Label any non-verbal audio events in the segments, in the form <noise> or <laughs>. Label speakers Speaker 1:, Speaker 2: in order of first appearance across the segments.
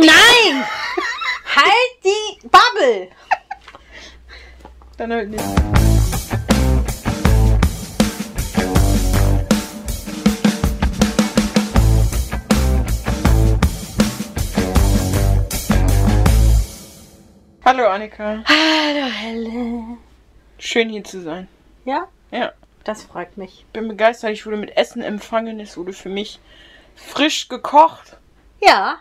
Speaker 1: Nein! halt die Bubble!
Speaker 2: Dann halt nicht. Hallo Annika,
Speaker 1: Hallo Helle.
Speaker 2: schön hier zu sein.
Speaker 1: Ja?
Speaker 2: Ja,
Speaker 1: Das freut mich.
Speaker 2: bin begeistert. Ich wurde mit Essen empfangen. Es wurde für mich frisch gekocht.
Speaker 1: Ja,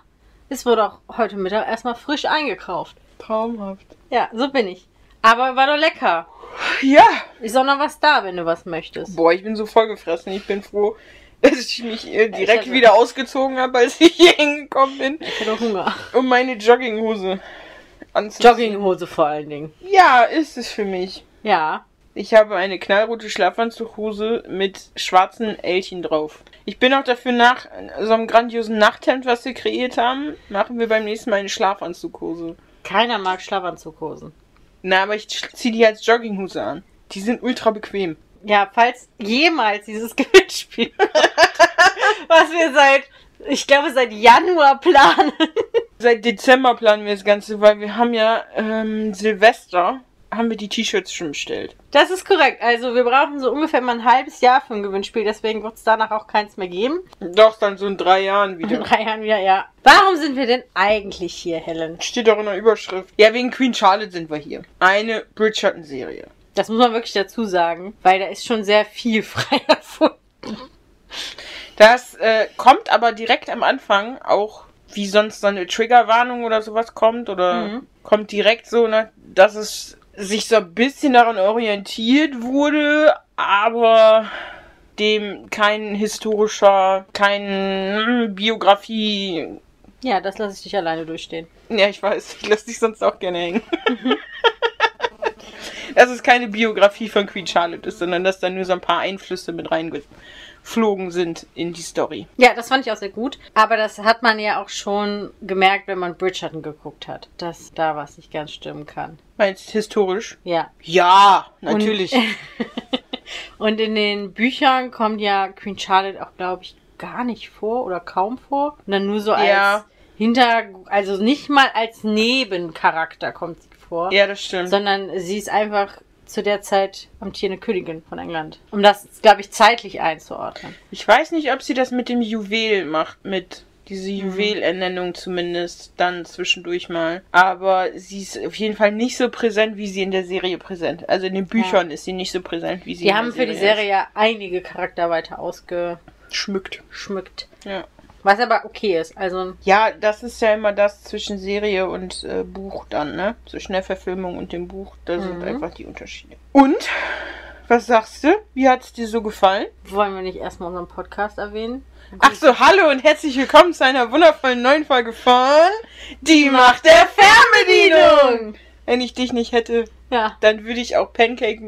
Speaker 1: es wurde auch heute Mittag erstmal frisch eingekauft.
Speaker 2: Traumhaft.
Speaker 1: Ja, so bin ich. Aber war doch lecker.
Speaker 2: Ja.
Speaker 1: Ist auch noch was da, wenn du was möchtest.
Speaker 2: Boah, ich bin so vollgefressen. Ich bin froh, <laughs> dass ich mich äh,
Speaker 1: ich
Speaker 2: direkt
Speaker 1: hatte-
Speaker 2: wieder ausgezogen habe, als ich <laughs> hier hingekommen bin.
Speaker 1: Ich hatte <laughs> Hunger.
Speaker 2: um meine Jogginghose anzuziehen.
Speaker 1: Jogginghose vor allen Dingen.
Speaker 2: Ja, ist es für mich.
Speaker 1: Ja.
Speaker 2: Ich habe eine knallrote Schlafanzughose mit schwarzen Elchen drauf. Ich bin auch dafür nach so einem grandiosen Nachthemd, was wir kreiert haben, machen wir beim nächsten Mal eine Schlafanzughose.
Speaker 1: Keiner mag Schlafanzughosen.
Speaker 2: Na, aber ich sch- zieh die als Jogginghose an. Die sind ultra bequem.
Speaker 1: Ja, falls jemals dieses <laughs> Gewinnspiel, was wir seit, ich glaube, seit Januar planen.
Speaker 2: Seit Dezember planen wir das Ganze, weil wir haben ja ähm, Silvester haben wir die T-Shirts schon bestellt.
Speaker 1: Das ist korrekt. Also wir brauchen so ungefähr mal ein halbes Jahr für ein Gewinnspiel, deswegen wird es danach auch keins mehr geben.
Speaker 2: Doch, dann so in drei Jahren
Speaker 1: In
Speaker 2: wieder.
Speaker 1: drei Jahren wieder, ja. Warum sind wir denn eigentlich hier, Helen?
Speaker 2: Steht doch in der Überschrift. Ja, wegen Queen Charlotte sind wir hier. Eine Bridgerton-Serie.
Speaker 1: Das muss man wirklich dazu sagen, weil da ist schon sehr viel <laughs> frei erfunden.
Speaker 2: Das äh, kommt aber direkt am Anfang auch, wie sonst dann eine Triggerwarnung oder sowas kommt oder
Speaker 1: Mhm.
Speaker 2: kommt direkt so, ne, dass es sich so ein bisschen daran orientiert wurde, aber dem kein historischer, kein mm, Biografie.
Speaker 1: Ja, das lasse ich dich alleine durchstehen.
Speaker 2: Ja, ich weiß, ich lasse dich sonst auch gerne hängen. dass es keine Biografie von Queen Charlotte ist, sondern dass da nur so ein paar Einflüsse mit reingeflogen sind in die Story.
Speaker 1: Ja, das fand ich auch sehr gut. Aber das hat man ja auch schon gemerkt, wenn man Bridgerton geguckt hat, dass da was nicht ganz stimmen kann.
Speaker 2: Meinst du historisch?
Speaker 1: Ja.
Speaker 2: Ja,
Speaker 1: Und-
Speaker 2: natürlich.
Speaker 1: Und in den Büchern kommt ja Queen Charlotte auch, glaube ich, gar nicht vor oder kaum vor. Und dann nur so als
Speaker 2: Ja.
Speaker 1: Hinter, also nicht mal als Nebencharakter kommt sie vor.
Speaker 2: ja, das stimmt.
Speaker 1: sondern sie ist einfach zu der Zeit amtierende Königin von England. Um das, glaube ich, zeitlich einzuordnen.
Speaker 2: Ich weiß nicht, ob sie das mit dem Juwel macht, mit diese
Speaker 1: Mhm.
Speaker 2: Juwelernennung zumindest dann zwischendurch mal. Aber sie ist auf jeden Fall nicht so präsent, wie sie in der Serie präsent. Also in den Büchern ist sie nicht so präsent, wie sie
Speaker 1: Die
Speaker 2: in
Speaker 1: haben
Speaker 2: der
Speaker 1: für die Serie ja einige Charakter weiter ausgeschmückt.
Speaker 2: ist. schmückt. Ja.
Speaker 1: Was aber okay ist. Also,
Speaker 2: ja, das ist ja immer das zwischen Serie und äh, Buch dann, ne? Zwischen der Verfilmung und dem Buch, da sind
Speaker 1: Mhm.
Speaker 2: einfach die Unterschiede. Und, was sagst du? Wie hat es dir so gefallen?
Speaker 1: wollen wir nicht erstmal unseren Podcast erwähnen?
Speaker 2: Ach so, hallo und herzlich willkommen zu einer wundervollen neuen Folge von Die Macht der Fernbedienung. Wenn ich dich nicht hätte,
Speaker 1: Ja.
Speaker 2: dann würde ich auch Pancake.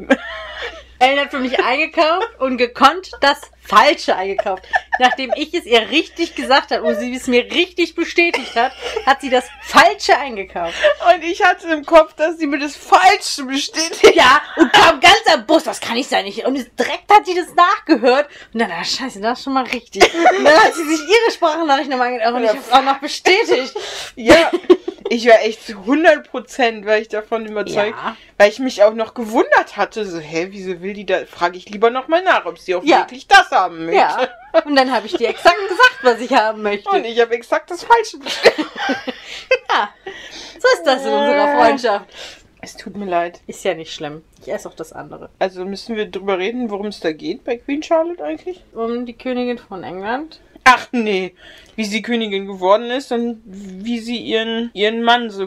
Speaker 1: Ellen hat für mich eingekauft und gekonnt das Falsche eingekauft. Nachdem ich es ihr richtig gesagt habe und sie es mir richtig bestätigt hat, hat sie das Falsche eingekauft.
Speaker 2: <laughs> Und ich hatte im Kopf, dass sie mir das Falsche bestätigt.
Speaker 1: Ja, und kam ganz am Bus, das kann nicht sein. Ich, und ist- direkt hat sie das nachgehört. Und dann, ah, scheiße, das ist schon mal richtig. Und dann hat sie sich ihre Sprachnachricht nochmal angehört und ich habe es auch noch bestätigt.
Speaker 2: Ja. Ich war echt zu 100 Prozent, weil ich davon überzeugt,
Speaker 1: Ja.
Speaker 2: weil ich mich auch noch gewundert hatte, so, hä, wieso will die da? Frage ich lieber nochmal nach, ob sie auch
Speaker 1: Ja.
Speaker 2: wirklich das haben möchte.
Speaker 1: Ja. Und dann habe ich dir exakt gesagt, was ich haben
Speaker 2: <laughs>
Speaker 1: möchte.
Speaker 2: Und ich habe exakt das Falsche bestätigt.
Speaker 1: Ja. So ist das in unserer Freundschaft.
Speaker 2: <laughs> Es tut mir leid.
Speaker 1: Ist ja nicht schlimm. Ich esse auch das andere.
Speaker 2: Also müssen wir drüber reden, worum es da geht bei Queen Charlotte eigentlich?
Speaker 1: Um die Königin von England.
Speaker 2: Ach nee, wie sie Königin geworden ist und wie sie ihren, ihren Mann so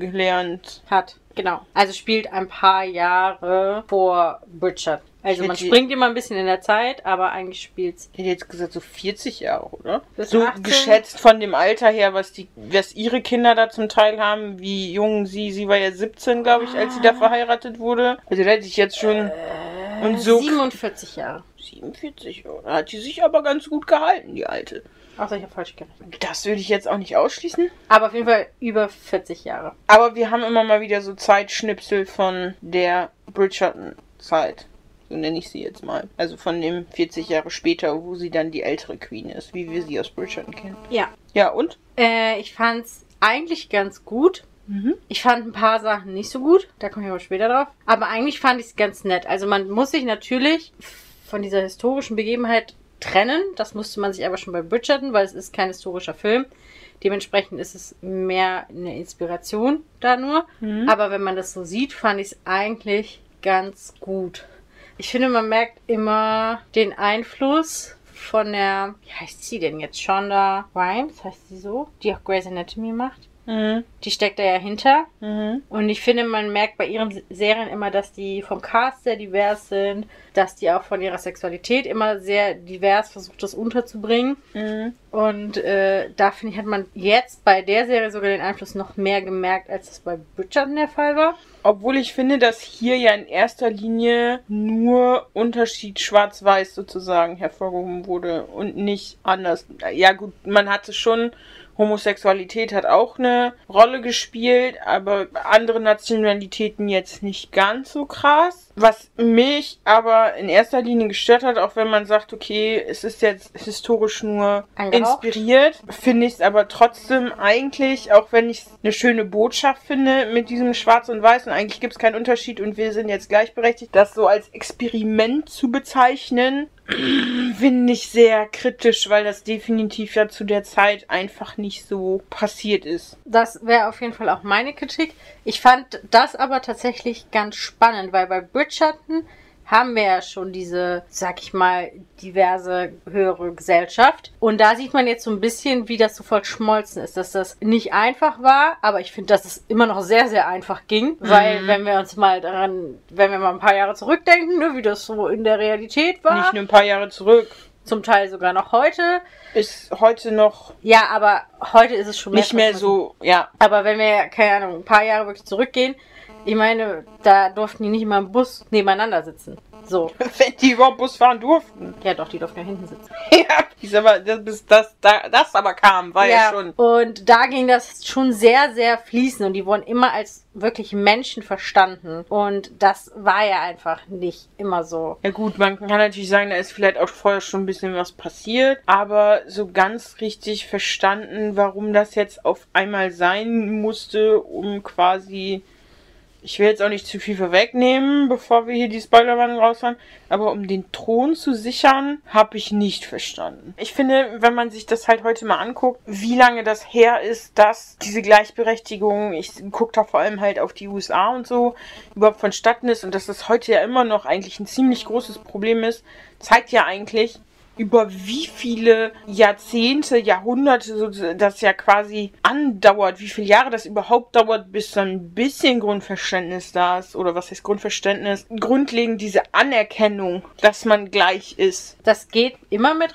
Speaker 2: kennengelernt.
Speaker 1: Hat. Genau. Also spielt ein paar Jahre vor Bridgerton. Also
Speaker 2: Ich
Speaker 1: man
Speaker 2: hätte-
Speaker 1: springt immer ein bisschen in der Zeit, aber eigentlich spielt's
Speaker 2: Ich hätte jetzt gesagt, so 40 Jahre, oder?
Speaker 1: Bis
Speaker 2: so
Speaker 1: 18.
Speaker 2: geschätzt von dem Alter her, was die, was ihre Kinder da zum Teil haben, wie jung sie, sie war ja 17, glaube ich, als sie da verheiratet wurde. Also da hätte ich jetzt schon. Und so
Speaker 1: 47 Äh, Jahre.
Speaker 2: 47, oder? Hat sie sich aber ganz gut gehalten, die alte.
Speaker 1: Außer ich habe falsch gerechnet.
Speaker 2: Das würde ich jetzt auch nicht ausschließen.
Speaker 1: Aber auf jeden Fall über 40 Jahre.
Speaker 2: Aber wir haben immer mal wieder so Zeitschnipsel von der Bridgerton-Zeit. so nenne ich sie jetzt mal. Also von dem 40 Jahre später, wo sie dann die ältere Queen ist, wie wir sie aus Bridgerton kennen.
Speaker 1: Ja.
Speaker 2: Ja, und?
Speaker 1: Äh, ich fand's eigentlich ganz gut.
Speaker 2: Mhm.
Speaker 1: Ich fand ein paar Sachen nicht so gut, da komme ich aber später drauf. Aber eigentlich fand ich es ganz nett. Also man muss sich natürlich von dieser historischen Begebenheit trennen. Das musste man sich aber schon bei Bridgerton, weil es ist kein historischer Film. Dementsprechend ist es mehr eine Inspiration da nur.
Speaker 2: Mhm.
Speaker 1: Aber wenn man das so sieht, fand ich es eigentlich ganz gut. Ich finde, man merkt immer den Einfluss von der, wie heißt sie denn jetzt? Shonda Rhimes, heißt sie so? Die auch Grey's Anatomy macht.
Speaker 2: Mhm.
Speaker 1: Die steckt da ja hinter.
Speaker 2: Mhm.
Speaker 1: Und ich finde, man merkt bei ihren S- Serien immer, dass die vom Cast sehr divers sind, dass die auch von ihrer Sexualität immer sehr divers versucht, das unterzubringen.
Speaker 2: Mhm.
Speaker 1: Und äh, da finde ich, hat man jetzt bei der Serie sogar den Einfluss noch mehr gemerkt, als das bei Bridgerton der Fall war.
Speaker 2: Obwohl ich finde, dass hier ja in erster Linie nur Unterschied schwarz-weiß sozusagen hervorgehoben wurde und nicht anders. Ja gut, man hatte schon, Homosexualität hat auch eine Rolle gespielt, aber andere Nationalitäten jetzt nicht ganz so krass. Was mich aber in erster Linie gestört hat, auch wenn man sagt, okay, es ist jetzt historisch nur
Speaker 1: Angehaucht.
Speaker 2: inspiriert, finde ich es aber trotzdem eigentlich, auch wenn ich es eine schöne Botschaft finde mit diesem Schwarz und Weiß und eigentlich gibt es keinen Unterschied und wir sind jetzt gleichberechtigt, das so als Experiment zu bezeichnen, finde ich sehr kritisch, weil das definitiv ja zu der Zeit einfach nicht so passiert ist.
Speaker 1: Das wäre auf jeden Fall auch meine Kritik. Ich fand das aber tatsächlich ganz spannend, weil bei Bridgerton haben wir ja schon diese, sag ich mal, diverse höhere Gesellschaft. Und da sieht man jetzt so ein bisschen, wie das so verschmolzen ist, dass das nicht einfach war, aber ich finde, dass es immer noch sehr, sehr einfach ging, weil
Speaker 2: Mhm.
Speaker 1: wenn wir uns mal daran, wenn wir mal ein paar Jahre zurückdenken, ne, wie das so in der Realität war,
Speaker 2: Nicht nur ein paar Jahre zurück.
Speaker 1: zum Teil sogar noch heute.
Speaker 2: Ist heute noch
Speaker 1: Ja, aber heute ist es schon
Speaker 2: nicht mehr
Speaker 1: verschmolzen.
Speaker 2: so, ja. <laughs>
Speaker 1: Aber wenn wir, keine Ahnung, ein paar Jahre wirklich zurückgehen, ich meine, da durften die nicht mal im Bus nebeneinander sitzen.
Speaker 2: <laughs>
Speaker 1: So.
Speaker 2: Wenn die überhaupt Bus fahren durften.
Speaker 1: Ja, doch, die durften ja hinten sitzen.
Speaker 2: <laughs> ja, bis aber, das, bis das, da, das aber kam, war Ah, ja, schon.
Speaker 1: Und da ging das schon sehr, sehr fließend und die wurden immer als wirklich Menschen verstanden. Und das war ja einfach nicht immer so.
Speaker 2: Ja gut, man kann natürlich sagen, da ist vielleicht auch vorher schon ein bisschen was passiert, aber so ganz richtig verstanden, warum das jetzt auf einmal sein musste, um quasi, ich will jetzt auch nicht zu viel vorwegnehmen, bevor wir hier die Spoilerwarnung raushauen, aber um den Thron zu sichern, habe ich nicht verstanden. Ich finde, wenn man sich das halt heute mal anguckt, wie lange das her ist, dass diese Gleichberechtigung, ich gucke da vor allem halt auf die USA und so, überhaupt vonstatten ist und dass das heute ja immer noch eigentlich ein ziemlich großes Problem ist, zeigt ja eigentlich, über wie viele Jahrzehnte, Jahrhunderte so- das ja quasi andauert, wie viele Jahre das überhaupt dauert, bis dann ein bisschen Grundverständnis da ist, oder was heißt Grundverständnis, grundlegend diese Anerkennung, dass man gleich ist.
Speaker 1: das geht immer mit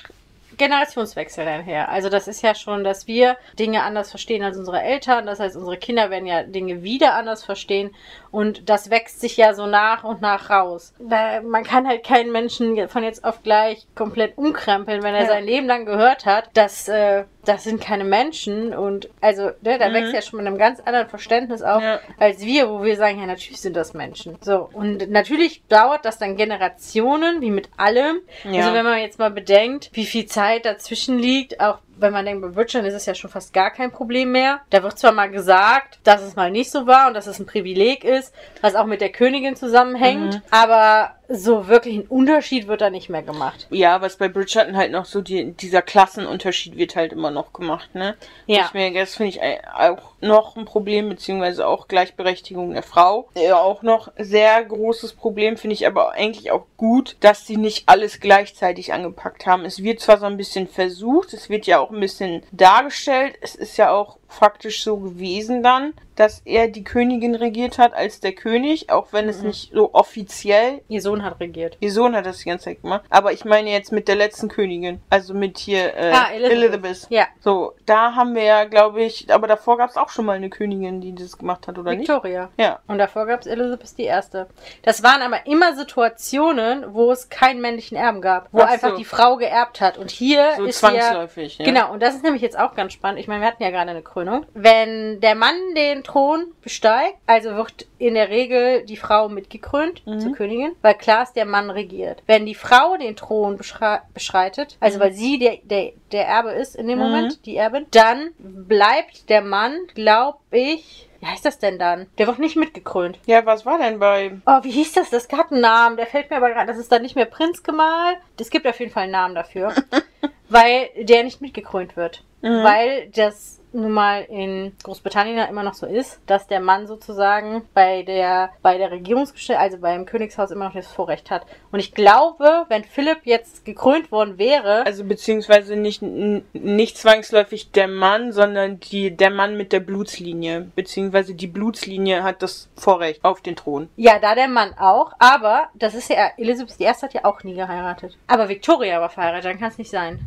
Speaker 1: Generationswechsel einher. Also das ist ja schon, dass wir Dinge anders verstehen als unsere Eltern. Das heißt, unsere Kinder werden ja Dinge wieder anders verstehen. Und das wächst sich ja so nach und nach raus. Da, man kann halt keinen Menschen von jetzt auf gleich komplett umkrempeln, wenn er
Speaker 2: Ja.
Speaker 1: sein Leben lang gehört hat, dass äh, das sind keine Menschen. Und also ne, da
Speaker 2: Mhm.
Speaker 1: wächst ja schon mit einem ganz anderen Verständnis auf,
Speaker 2: Ja.
Speaker 1: als wir, wo wir sagen, ja, natürlich sind das Menschen. So. Und natürlich dauert das dann Generationen, wie mit allem. Also wenn man jetzt mal bedenkt, wie viel Zeit dazwischen liegt, auch wenn man denkt, bei Bridgerton ist es ja schon fast gar kein Problem mehr. Da wird zwar mal gesagt, dass es mal nicht so war und dass es ein Privileg ist, was auch mit der Königin zusammenhängt,
Speaker 2: Mhm.
Speaker 1: aber so wirklich ein Unterschied wird da nicht mehr gemacht.
Speaker 2: ja, was bei Bridgerton halt noch so, die, dieser Klassenunterschied wird halt immer noch gemacht, ne?
Speaker 1: Ja.
Speaker 2: Ich merke, das finde ich ein- auch noch ein Problem, beziehungsweise auch Gleichberechtigung der Frau. Äh, auch noch sehr großes Problem, finde ich aber eigentlich auch gut, dass sie nicht alles gleichzeitig angepackt haben. Es wird zwar so ein bisschen versucht, es wird ja auch ein bisschen dargestellt, es ist ja auch faktisch so gewesen dann, dass er die Königin regiert hat als der König, auch wenn es
Speaker 1: Mhm.
Speaker 2: nicht so offiziell
Speaker 1: Ihr Sohn hat regiert.
Speaker 2: Ihr Sohn hat das die ganze Zeit gemacht. Aber ich meine jetzt mit der letzten Königin. Also mit hier äh,
Speaker 1: Ah, Elizabeth.
Speaker 2: Elizabeth.
Speaker 1: Ja,
Speaker 2: So, da haben wir ja, glaube ich, aber davor gab es auch schon mal eine Königin, die das gemacht hat, oder
Speaker 1: Victoria.
Speaker 2: nicht? Ja.
Speaker 1: Und davor gab es Elizabeth die Erste. Das waren aber immer Situationen, wo es keinen männlichen Erben gab, wo
Speaker 2: Ach so.
Speaker 1: einfach die Frau geerbt hat. Und hier
Speaker 2: So
Speaker 1: ist ja
Speaker 2: zwangsläufig. Ja.
Speaker 1: Genau, und das ist nämlich jetzt auch ganz spannend. Ich meine, wir hatten ja gerade eine Thronfolgerkrönung. Wenn der Mann den Thron besteigt, also wird in der Regel die Frau mitgekrönt
Speaker 2: Mhm.
Speaker 1: zur Königin, weil klar ist, der Mann regiert. Wenn die Frau den Thron beschrei- beschreitet, also
Speaker 2: Mhm.
Speaker 1: weil sie der, der, der Erbe ist in dem
Speaker 2: Mhm.
Speaker 1: Moment, die Erbin, dann bleibt der Mann, glaube ich, wie heißt das denn dann? Der wird nicht mitgekrönt.
Speaker 2: Ja, was war denn bei.
Speaker 1: Oh, wie hieß das? Das gab einen Namen. Der fällt mir aber gerade. Das ist dann nicht mehr Prinz Gemahl. Es gibt auf jeden Fall einen
Speaker 2: <laughs>
Speaker 1: Namen dafür. weil der nicht mitgekrönt wird.
Speaker 2: Mhm.
Speaker 1: Weil das nun mal in Großbritannien ja immer noch so ist, dass der Mann sozusagen bei der, bei der Regierungsgestell, also beim Königshaus immer noch das Vorrecht hat. Und ich glaube, wenn Philipp jetzt gekrönt worden wäre,
Speaker 2: Also beziehungsweise nicht, n- nicht zwangsläufig der Mann, sondern die, der Mann mit der Blutslinie. Beziehungsweise die Blutslinie hat das Vorrecht auf den Thron.
Speaker 1: ja, da der Mann auch, aber das ist ja, Elisabeth I. hat ja auch nie geheiratet. Aber Victoria war verheiratet, dann kann es nicht sein.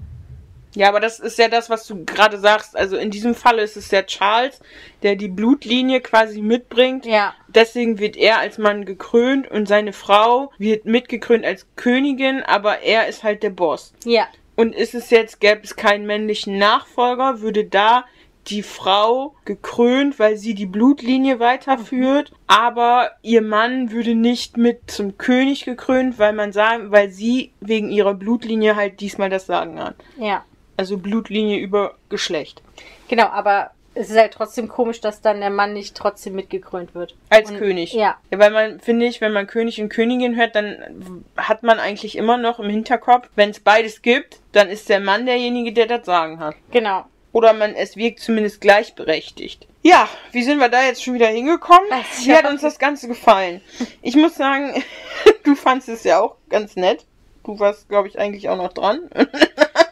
Speaker 2: Ja, aber das ist ja das, was du gerade sagst. Also in diesem Fall ist es ja Charles, der die Blutlinie quasi mitbringt.
Speaker 1: Ja.
Speaker 2: Deswegen wird er als Mann gekrönt und seine Frau wird mitgekrönt als Königin, aber er ist halt der Boss.
Speaker 1: Ja.
Speaker 2: Und ist es jetzt, gäbe es keinen männlichen Nachfolger, würde da die Frau gekrönt, weil sie die Blutlinie weiterführt, aber ihr Mann würde nicht mit zum König gekrönt, weil man sagen, weil sie wegen ihrer Blutlinie halt diesmal das Sagen hat.
Speaker 1: Ja.
Speaker 2: Also Blutlinie über Geschlecht.
Speaker 1: Genau, aber es ist halt trotzdem komisch, dass dann der Mann nicht trotzdem mitgekrönt wird.
Speaker 2: Als
Speaker 1: Und-
Speaker 2: König.
Speaker 1: Ja.
Speaker 2: Ja, weil man, finde ich, wenn man König und Königin hört, dann hat man eigentlich immer noch im Hinterkopf, wenn es beides gibt, dann ist der Mann derjenige, der das Sagen hat.
Speaker 1: Genau.
Speaker 2: Oder man, es wirkt zumindest gleichberechtigt. Ja, wie sind wir da jetzt schon wieder hingekommen?
Speaker 1: Weiß ich
Speaker 2: Wie hat
Speaker 1: auch
Speaker 2: uns das Ganze gefallen? Ich muss sagen, <laughs> du fandst es ja auch ganz nett. Du warst, glaube ich, eigentlich auch noch dran.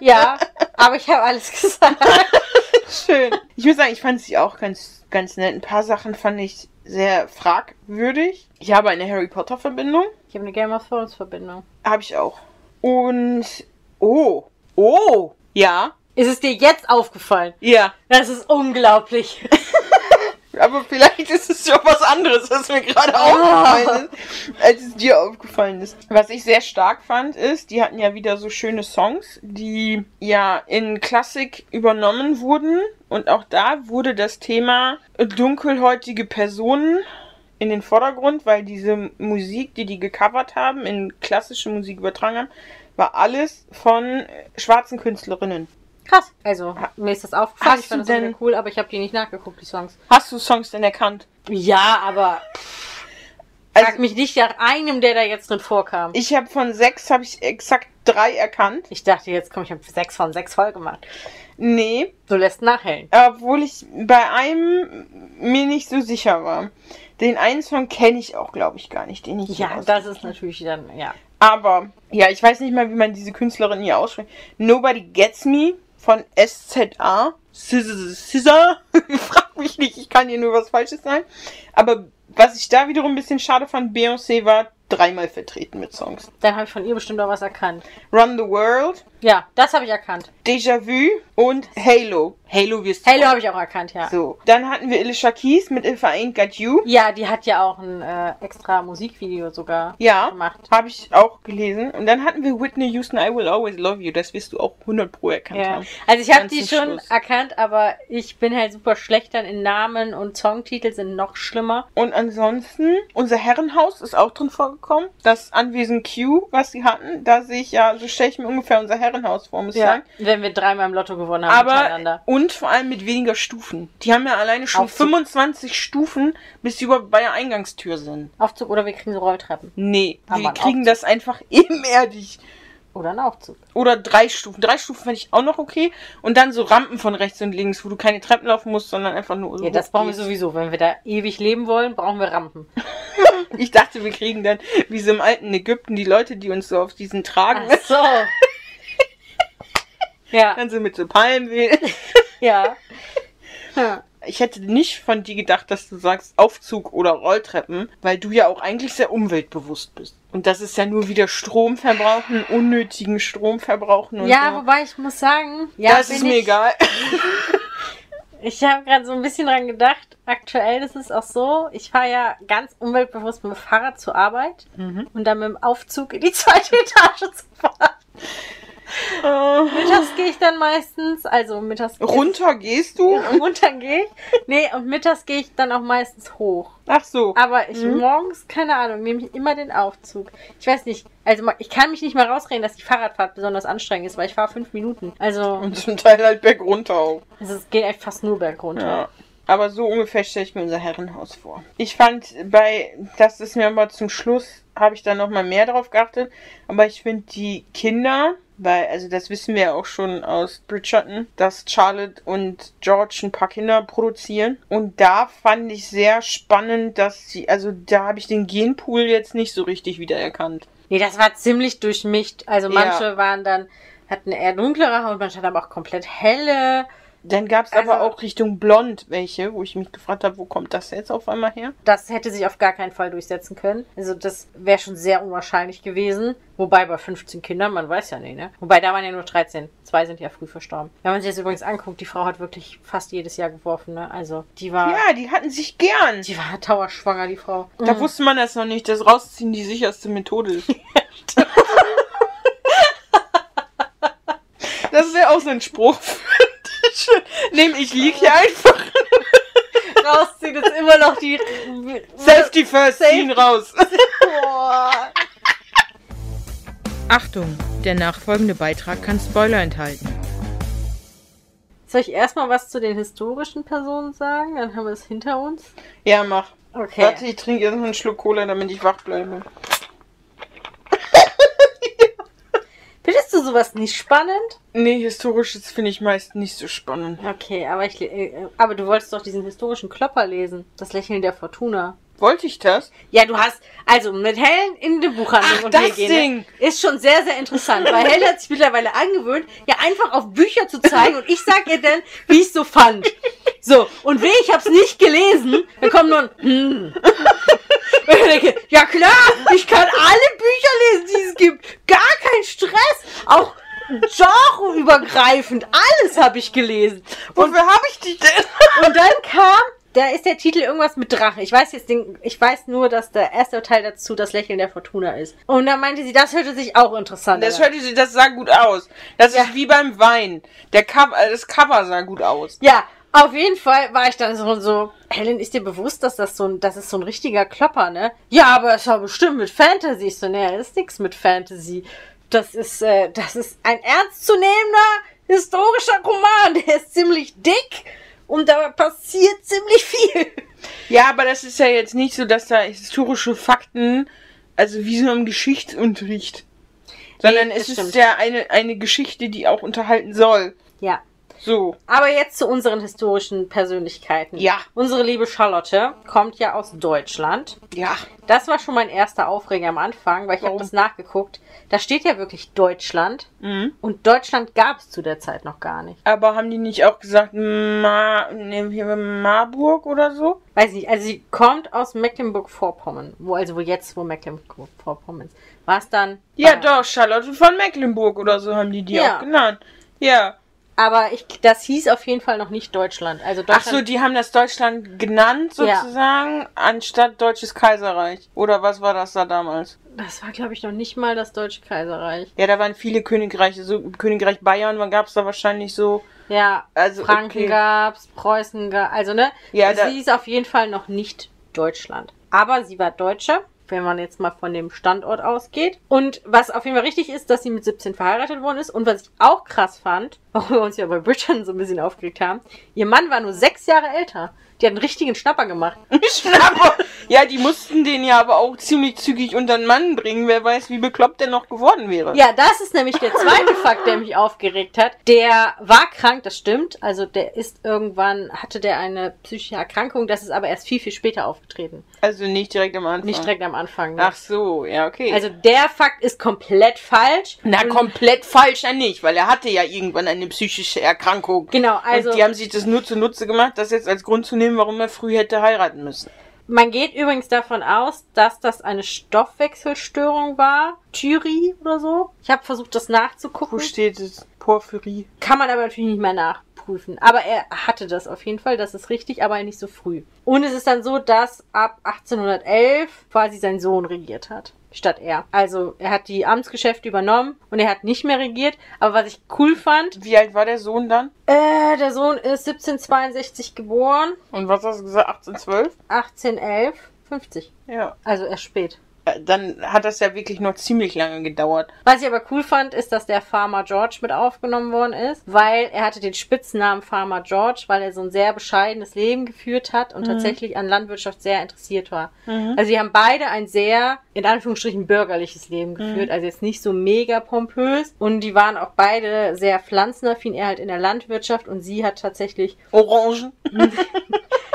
Speaker 1: Ja, aber ich habe alles <laughs> gesagt.
Speaker 2: Schön. Ich muss sagen, ich fand sie auch ganz, ganz nett. Ein paar Sachen fand ich sehr fragwürdig. Ich habe eine Harry Potter-Verbindung.
Speaker 1: Ich habe eine Game of Thrones Verbindung.
Speaker 2: Habe ich auch. Und. Oh. Oh. Ja.
Speaker 1: Ist es dir jetzt aufgefallen?
Speaker 2: Ja.
Speaker 1: Das ist unglaublich. <laughs>
Speaker 2: Aber vielleicht ist es ja was anderes, was mir gerade aufgefallen ist, als es dir aufgefallen ist. Was ich sehr stark fand, ist, die hatten ja wieder so schöne Songs, die ja in Klassik übernommen wurden. Und auch da wurde das Thema dunkelhäutige Personen in den Vordergrund, weil diese Musik, die die gecovert haben, in klassische Musik übertragen haben, war alles von äh, schwarzen Künstlerinnen.
Speaker 1: Krass. Also, mir ist das aufgefallen.
Speaker 2: Hast
Speaker 1: ich fand
Speaker 2: du
Speaker 1: das irgendwie
Speaker 2: denn-
Speaker 1: cool, aber ich habe die nicht nachgeguckt, die Songs.
Speaker 2: Hast du Songs denn erkannt?
Speaker 1: Ja, aber
Speaker 2: Also-
Speaker 1: frag mich nicht nach einem, der da jetzt drin vorkam. Ich,
Speaker 2: Ich habe von sechs habe ich exakt drei erkannt.
Speaker 1: dachte jetzt, komm, ich habe sechs von sechs voll gemacht.
Speaker 2: Nee,
Speaker 1: Du lässt nachhellen.
Speaker 2: obwohl ich bei einem mir nicht so sicher war. Den einen Song kenne ich auch, glaube ich, gar nicht, den ich hier
Speaker 1: Ja,
Speaker 2: aus-
Speaker 1: das ist natürlich dann, ja.
Speaker 2: Aber ja, ich weiß nicht mal, wie man diese Künstlerin hier ausspricht. Nobody Gets Me von SZA. Scissor. <laughs> Frag mich nicht, ich kann hier nur was Falsches sagen. Aber was ich da wiederum ein bisschen schade fand, Beyoncé war dreimal vertreten mit Songs.
Speaker 1: Dann habe ich von ihr bestimmt auch was erkannt.
Speaker 2: Run the World,
Speaker 1: Ja, das habe ich erkannt.
Speaker 2: Déjà Vu und Halo. Halo wirst du
Speaker 1: Halo habe ich auch erkannt, ja.
Speaker 2: So, dann hatten wir Alicia Keys mit If I Ain't Got You.
Speaker 1: Ja, die hat ja auch ein äh, extra Musikvideo sogar
Speaker 2: Ja,
Speaker 1: gemacht.
Speaker 2: habe ich auch gelesen. Und dann hatten wir Whitney Houston, I Will Always Love You. Das wirst du auch 100 Pro erkannt
Speaker 1: Ja.
Speaker 2: haben.
Speaker 1: Also ich habe
Speaker 2: Ganz
Speaker 1: die
Speaker 2: zum
Speaker 1: schon
Speaker 2: Schluss.
Speaker 1: erkannt, aber ich bin halt super schlecht dann in Namen und Songtitel sind noch schlimmer.
Speaker 2: Und ansonsten, unser Herrenhaus ist auch drin vorgekommen. Das Anwesen Q, was sie hatten, da sehe ich ja, so stelle ich mir ungefähr unser Herrenhaus vor, muss ich sagen.
Speaker 1: Wenn wir dreimal im Lotto gewonnen haben
Speaker 2: Aber
Speaker 1: miteinander.
Speaker 2: und vor allem mit weniger Stufen. Die haben ja alleine schon
Speaker 1: Aufzug.
Speaker 2: 25 Stufen, bis sie überhaupt bei der Eingangstür sind.
Speaker 1: Aufzug oder wir kriegen so Rolltreppen.
Speaker 2: Nee,
Speaker 1: Aber
Speaker 2: wir
Speaker 1: ein
Speaker 2: kriegen
Speaker 1: Aufzug.
Speaker 2: das einfach <laughs> ebenerdig.
Speaker 1: Oder einen Aufzug.
Speaker 2: Oder drei Stufen. Drei Stufen fände ich auch noch okay. Und dann so Rampen von rechts und links, wo du keine Treppen laufen musst, sondern einfach nur.
Speaker 1: Ja, das brauchen wir
Speaker 2: hochgehst.
Speaker 1: sowieso. Wenn wir da ewig leben wollen, brauchen wir Rampen.
Speaker 2: Ich dachte, wir kriegen dann, wie so im alten Ägypten, die Leute, die uns so auf diesen tragen.
Speaker 1: Ach <laughs> so. ja,
Speaker 2: <laughs> Dann so mit so Palmwählen.
Speaker 1: ja. Ja.
Speaker 2: Ich hätte nicht von dir gedacht, dass du sagst Aufzug oder Rolltreppen, weil du ja auch eigentlich sehr umweltbewusst bist. Und das ist ja nur wieder Strom verbrauchen, unnötigen Strom verbrauchen und
Speaker 1: ja,
Speaker 2: so.
Speaker 1: wobei ich muss sagen, ja,
Speaker 2: das
Speaker 1: bin
Speaker 2: ist mir
Speaker 1: ich, <laughs>
Speaker 2: egal.
Speaker 1: Ich habe gerade so ein bisschen dran gedacht. Aktuell ist es auch so, ich fahre ja ganz umweltbewusst mit dem
Speaker 2: Mhm.
Speaker 1: <laughs> Fahrrad zur Arbeit und dann mit dem Aufzug in die zweite Etage zu fahren.
Speaker 2: Äh,
Speaker 1: Mittags gehe ich dann meistens, also mittags.
Speaker 2: runter gehst du?
Speaker 1: Runter gehe ich. Nee, und mittags gehe ich dann auch meistens hoch.
Speaker 2: Ach so.
Speaker 1: Aber ich
Speaker 2: Mhm.
Speaker 1: morgens, keine Ahnung, nehme ich immer den Aufzug. Ich weiß nicht, also ma- ich kann mich nicht mal rausreden, dass die Fahrradfahrt besonders anstrengend ist, weil ich fahre fünf Minuten. Also,
Speaker 2: Und zum Teil halt berg runter auch.
Speaker 1: also es geht echt fast nur bergunter.
Speaker 2: Ja. Aber so ungefähr stelle ich mir unser Herrenhaus vor. Ich fand bei, das ist mir aber zum Schluss, habe ich da nochmal mehr drauf geachtet. Aber ich finde die Kinder, weil, also das wissen wir ja auch schon aus Bridgerton, dass Charlotte und George ein paar Kinder produzieren. Und da fand ich sehr spannend, dass sie, also da habe ich den Genpool jetzt nicht so richtig wiedererkannt.
Speaker 1: Nee, das war ziemlich durchmischt. Also manche
Speaker 2: Ja.
Speaker 1: waren dann, hatten eher dunklere Haut, manche hatten aber auch komplett helle.
Speaker 2: Dann gab es aber
Speaker 1: Also-
Speaker 2: auch Richtung Blond welche, wo ich mich gefragt habe, wo kommt das jetzt auf einmal her?
Speaker 1: Das hätte sich auf gar keinen Fall durchsetzen können. Also das wäre schon sehr unwahrscheinlich gewesen. Wobei bei 15 Kindern, man weiß ja nicht, ne? Wobei da waren ja nur 13. Zwei sind ja früh verstorben. Wenn man sich das übrigens anguckt, die Frau hat wirklich fast jedes Jahr geworfen, ne? Also die war,
Speaker 2: Ja, die hatten sich gern.
Speaker 1: die war <laughs> dauerschwanger, die Frau.
Speaker 2: Da
Speaker 1: Mhm.
Speaker 2: wusste man das noch nicht, dass rausziehen die sicherste Methode <laughs> ist. das wäre auch so ein Spruch. Nehme ich lieg hier einfach.
Speaker 1: rausziehen ist immer noch <laughs> die...
Speaker 2: Safety first, ziehen raus.
Speaker 1: Boah.
Speaker 2: Achtung, der nachfolgende Beitrag kann Spoiler enthalten.
Speaker 1: Soll ich erstmal was zu den historischen Personen sagen? Dann haben wir es hinter uns.
Speaker 2: Ja, mach.
Speaker 1: Okay.
Speaker 2: Warte, ich trinke erstmal einen Schluck Cola, damit ich wach bleibe.
Speaker 1: Findest du sowas nicht spannend?
Speaker 2: Nee, historisches finde ich meist nicht so spannend.
Speaker 1: Okay, aber ich, le- äh, aber du wolltest doch diesen historischen Klopper lesen. Das Lächeln der Fortuna.
Speaker 2: Wollte ich das?
Speaker 1: Ja, du hast, also mit Helen in den Buchhandlung
Speaker 2: Ach,
Speaker 1: und
Speaker 2: das
Speaker 1: wir gehen. ne?
Speaker 2: Ding!
Speaker 1: Ist schon sehr, sehr interessant, weil Helen hat sich mittlerweile angewöhnt, ja einfach auf Bücher zu zeigen und ich sag ihr dann, wie ich so fand. So, und weh, ich hab's nicht gelesen, dann kommt nur ein, hm. Und ich denke, ja klar, ich kann alle Bücher lesen, die es gibt. Gar kein Stress. Auch genreübergreifend. Alles habe ich gelesen. Und
Speaker 2: Wofür habe ich die denn?
Speaker 1: und dann kam, da ist der Titel irgendwas mit Drache. Ich weiß jetzt den, ich weiß nur, dass der erste Teil dazu das Lächeln der Fortuna ist. Und dann meinte sie, das hörte sich auch
Speaker 2: <laughs>
Speaker 1: interessant
Speaker 2: Das
Speaker 1: an.
Speaker 2: hörte sich, das sah gut aus. Das
Speaker 1: Ja.
Speaker 2: ist wie beim Wein. Der Cover, äh, das Cover sah gut aus.
Speaker 1: Ja, auf jeden Fall war ich dann so, so Helen, ist dir bewusst, dass das so ein, das ist so ein richtiger Klopper, ne? Ja, aber es war bestimmt mit Fantasy. Ich so, ne, ist nix mit Fantasy. Das ist, äh, das ist ein ernstzunehmender historischer Roman. Der ist ziemlich dick und da passiert ziemlich viel.
Speaker 2: Ja, aber das ist ja jetzt nicht so, dass da historische Fakten, also wie so im Geschichtsunterricht. Sondern
Speaker 1: Nee, das
Speaker 2: es ist
Speaker 1: stimmt.
Speaker 2: ja eine, eine Geschichte, die auch unterhalten soll.
Speaker 1: Ja,
Speaker 2: So.
Speaker 1: Aber jetzt zu unseren historischen Persönlichkeiten.
Speaker 2: Ja.
Speaker 1: Unsere liebe Charlotte kommt ja aus Deutschland.
Speaker 2: Ja.
Speaker 1: Das war schon mein erster Aufreger am Anfang, weil ich habe
Speaker 2: Warum?
Speaker 1: das nachgeguckt. Da steht ja wirklich Deutschland.
Speaker 2: Mhm.
Speaker 1: Und Deutschland gab es zu der Zeit noch gar nicht.
Speaker 2: Aber haben die nicht auch gesagt, Ma ne, hier Marburg oder so?
Speaker 1: Weiß nicht, also sie kommt aus Mecklenburg-Vorpommern. Wo, also wo jetzt, wo Mecklenburg-Vorpommern ist. War es dann?
Speaker 2: Ja,
Speaker 1: Ah.
Speaker 2: doch, Charlotte von Mecklenburg oder so haben die die
Speaker 1: Ja.
Speaker 2: auch genannt. Ja.
Speaker 1: Aber ich, das hieß auf jeden Fall noch nicht Deutschland. Also
Speaker 2: Ach
Speaker 1: Deutschland
Speaker 2: so, die haben das Deutschland genannt
Speaker 1: Ja.
Speaker 2: sozusagen, anstatt Deutsches Kaiserreich. Oder was war das da damals?
Speaker 1: das war, glaube ich, noch nicht mal das Deutsche Kaiserreich.
Speaker 2: Ja, da waren viele Königreiche, so Königreich Bayern gab es da wahrscheinlich so. <laughs>
Speaker 1: Ja,
Speaker 2: Also,
Speaker 1: Franken
Speaker 2: okay.
Speaker 1: gab's, Preußen gab also ne?
Speaker 2: Ja, da-
Speaker 1: sie ist auf jeden Fall noch nicht Deutschland. Aber sie war Deutsche, wenn man jetzt mal von dem Standort ausgeht. Und was auf jeden Fall richtig ist, dass sie mit 17 verheiratet worden ist. Und was ich auch krass fand, <laughs> warum wir uns ja bei Bridgerton so ein bisschen aufgeregt haben, ihr Mann war nur sechs Jahre älter. Die hat einen richtigen Schnapper gemacht.
Speaker 2: Schnapper. ja, die mussten den ja aber auch ziemlich zügig unter den Mann bringen. Wer weiß, wie bekloppt der noch geworden wäre.
Speaker 1: Ja, das ist nämlich der
Speaker 2: <laughs>
Speaker 1: zweite Fakt, der mich aufgeregt hat. Der war krank, das stimmt. Also der ist irgendwann, hatte der eine psychische Erkrankung. Das ist aber erst viel, viel später aufgetreten.
Speaker 2: Also nicht direkt am Anfang.
Speaker 1: Nicht direkt am Anfang. ne?
Speaker 2: Ach so, ja, okay.
Speaker 1: Also der Fakt ist komplett falsch.
Speaker 2: na, komplett falsch ja nicht, weil er hatte ja irgendwann eine psychische Erkrankung.
Speaker 1: Genau, also
Speaker 2: Und die haben sich das nur zunutze gemacht, das jetzt als Grund zu nehmen, warum er früh hätte heiraten müssen.
Speaker 1: man geht übrigens davon aus, dass das eine Stoffwechselstörung war. Thyri oder so. Ich habe versucht, das
Speaker 2: Wo
Speaker 1: nachzugucken.
Speaker 2: steht es? Porphyrie.
Speaker 1: Kann man aber natürlich nicht mehr nachprüfen. Aber er hatte das auf jeden Fall, das ist richtig, aber nicht so früh. Und es ist dann so, dass ab 1811 quasi sein Sohn regiert hat. statt er. Also er hat die Amtsgeschäfte übernommen und er hat nicht mehr regiert. Aber was ich cool fand,
Speaker 2: Wie alt war der Sohn dann?
Speaker 1: äh, der Sohn ist 1762 geboren,
Speaker 2: Und was hast du gesagt? 1812?
Speaker 1: 1811, 50.
Speaker 2: Ja.
Speaker 1: Also erst spät.
Speaker 2: Äh, Dann hat das ja wirklich noch ziemlich lange gedauert.
Speaker 1: Was ich aber cool fand, ist, dass der Farmer George mit aufgenommen worden ist, weil er hatte den Spitznamen Farmer George, weil er so ein sehr bescheidenes Leben geführt hat und
Speaker 2: Mhm.
Speaker 1: tatsächlich an Landwirtschaft sehr interessiert war. Also sie haben beide ein sehr, in Anführungsstrichen, bürgerliches Leben geführt. Also jetzt nicht so mega pompös. Und die waren auch beide sehr pflanzenaffin. Er halt in der Landwirtschaft und sie hat tatsächlich,
Speaker 2: Orangen.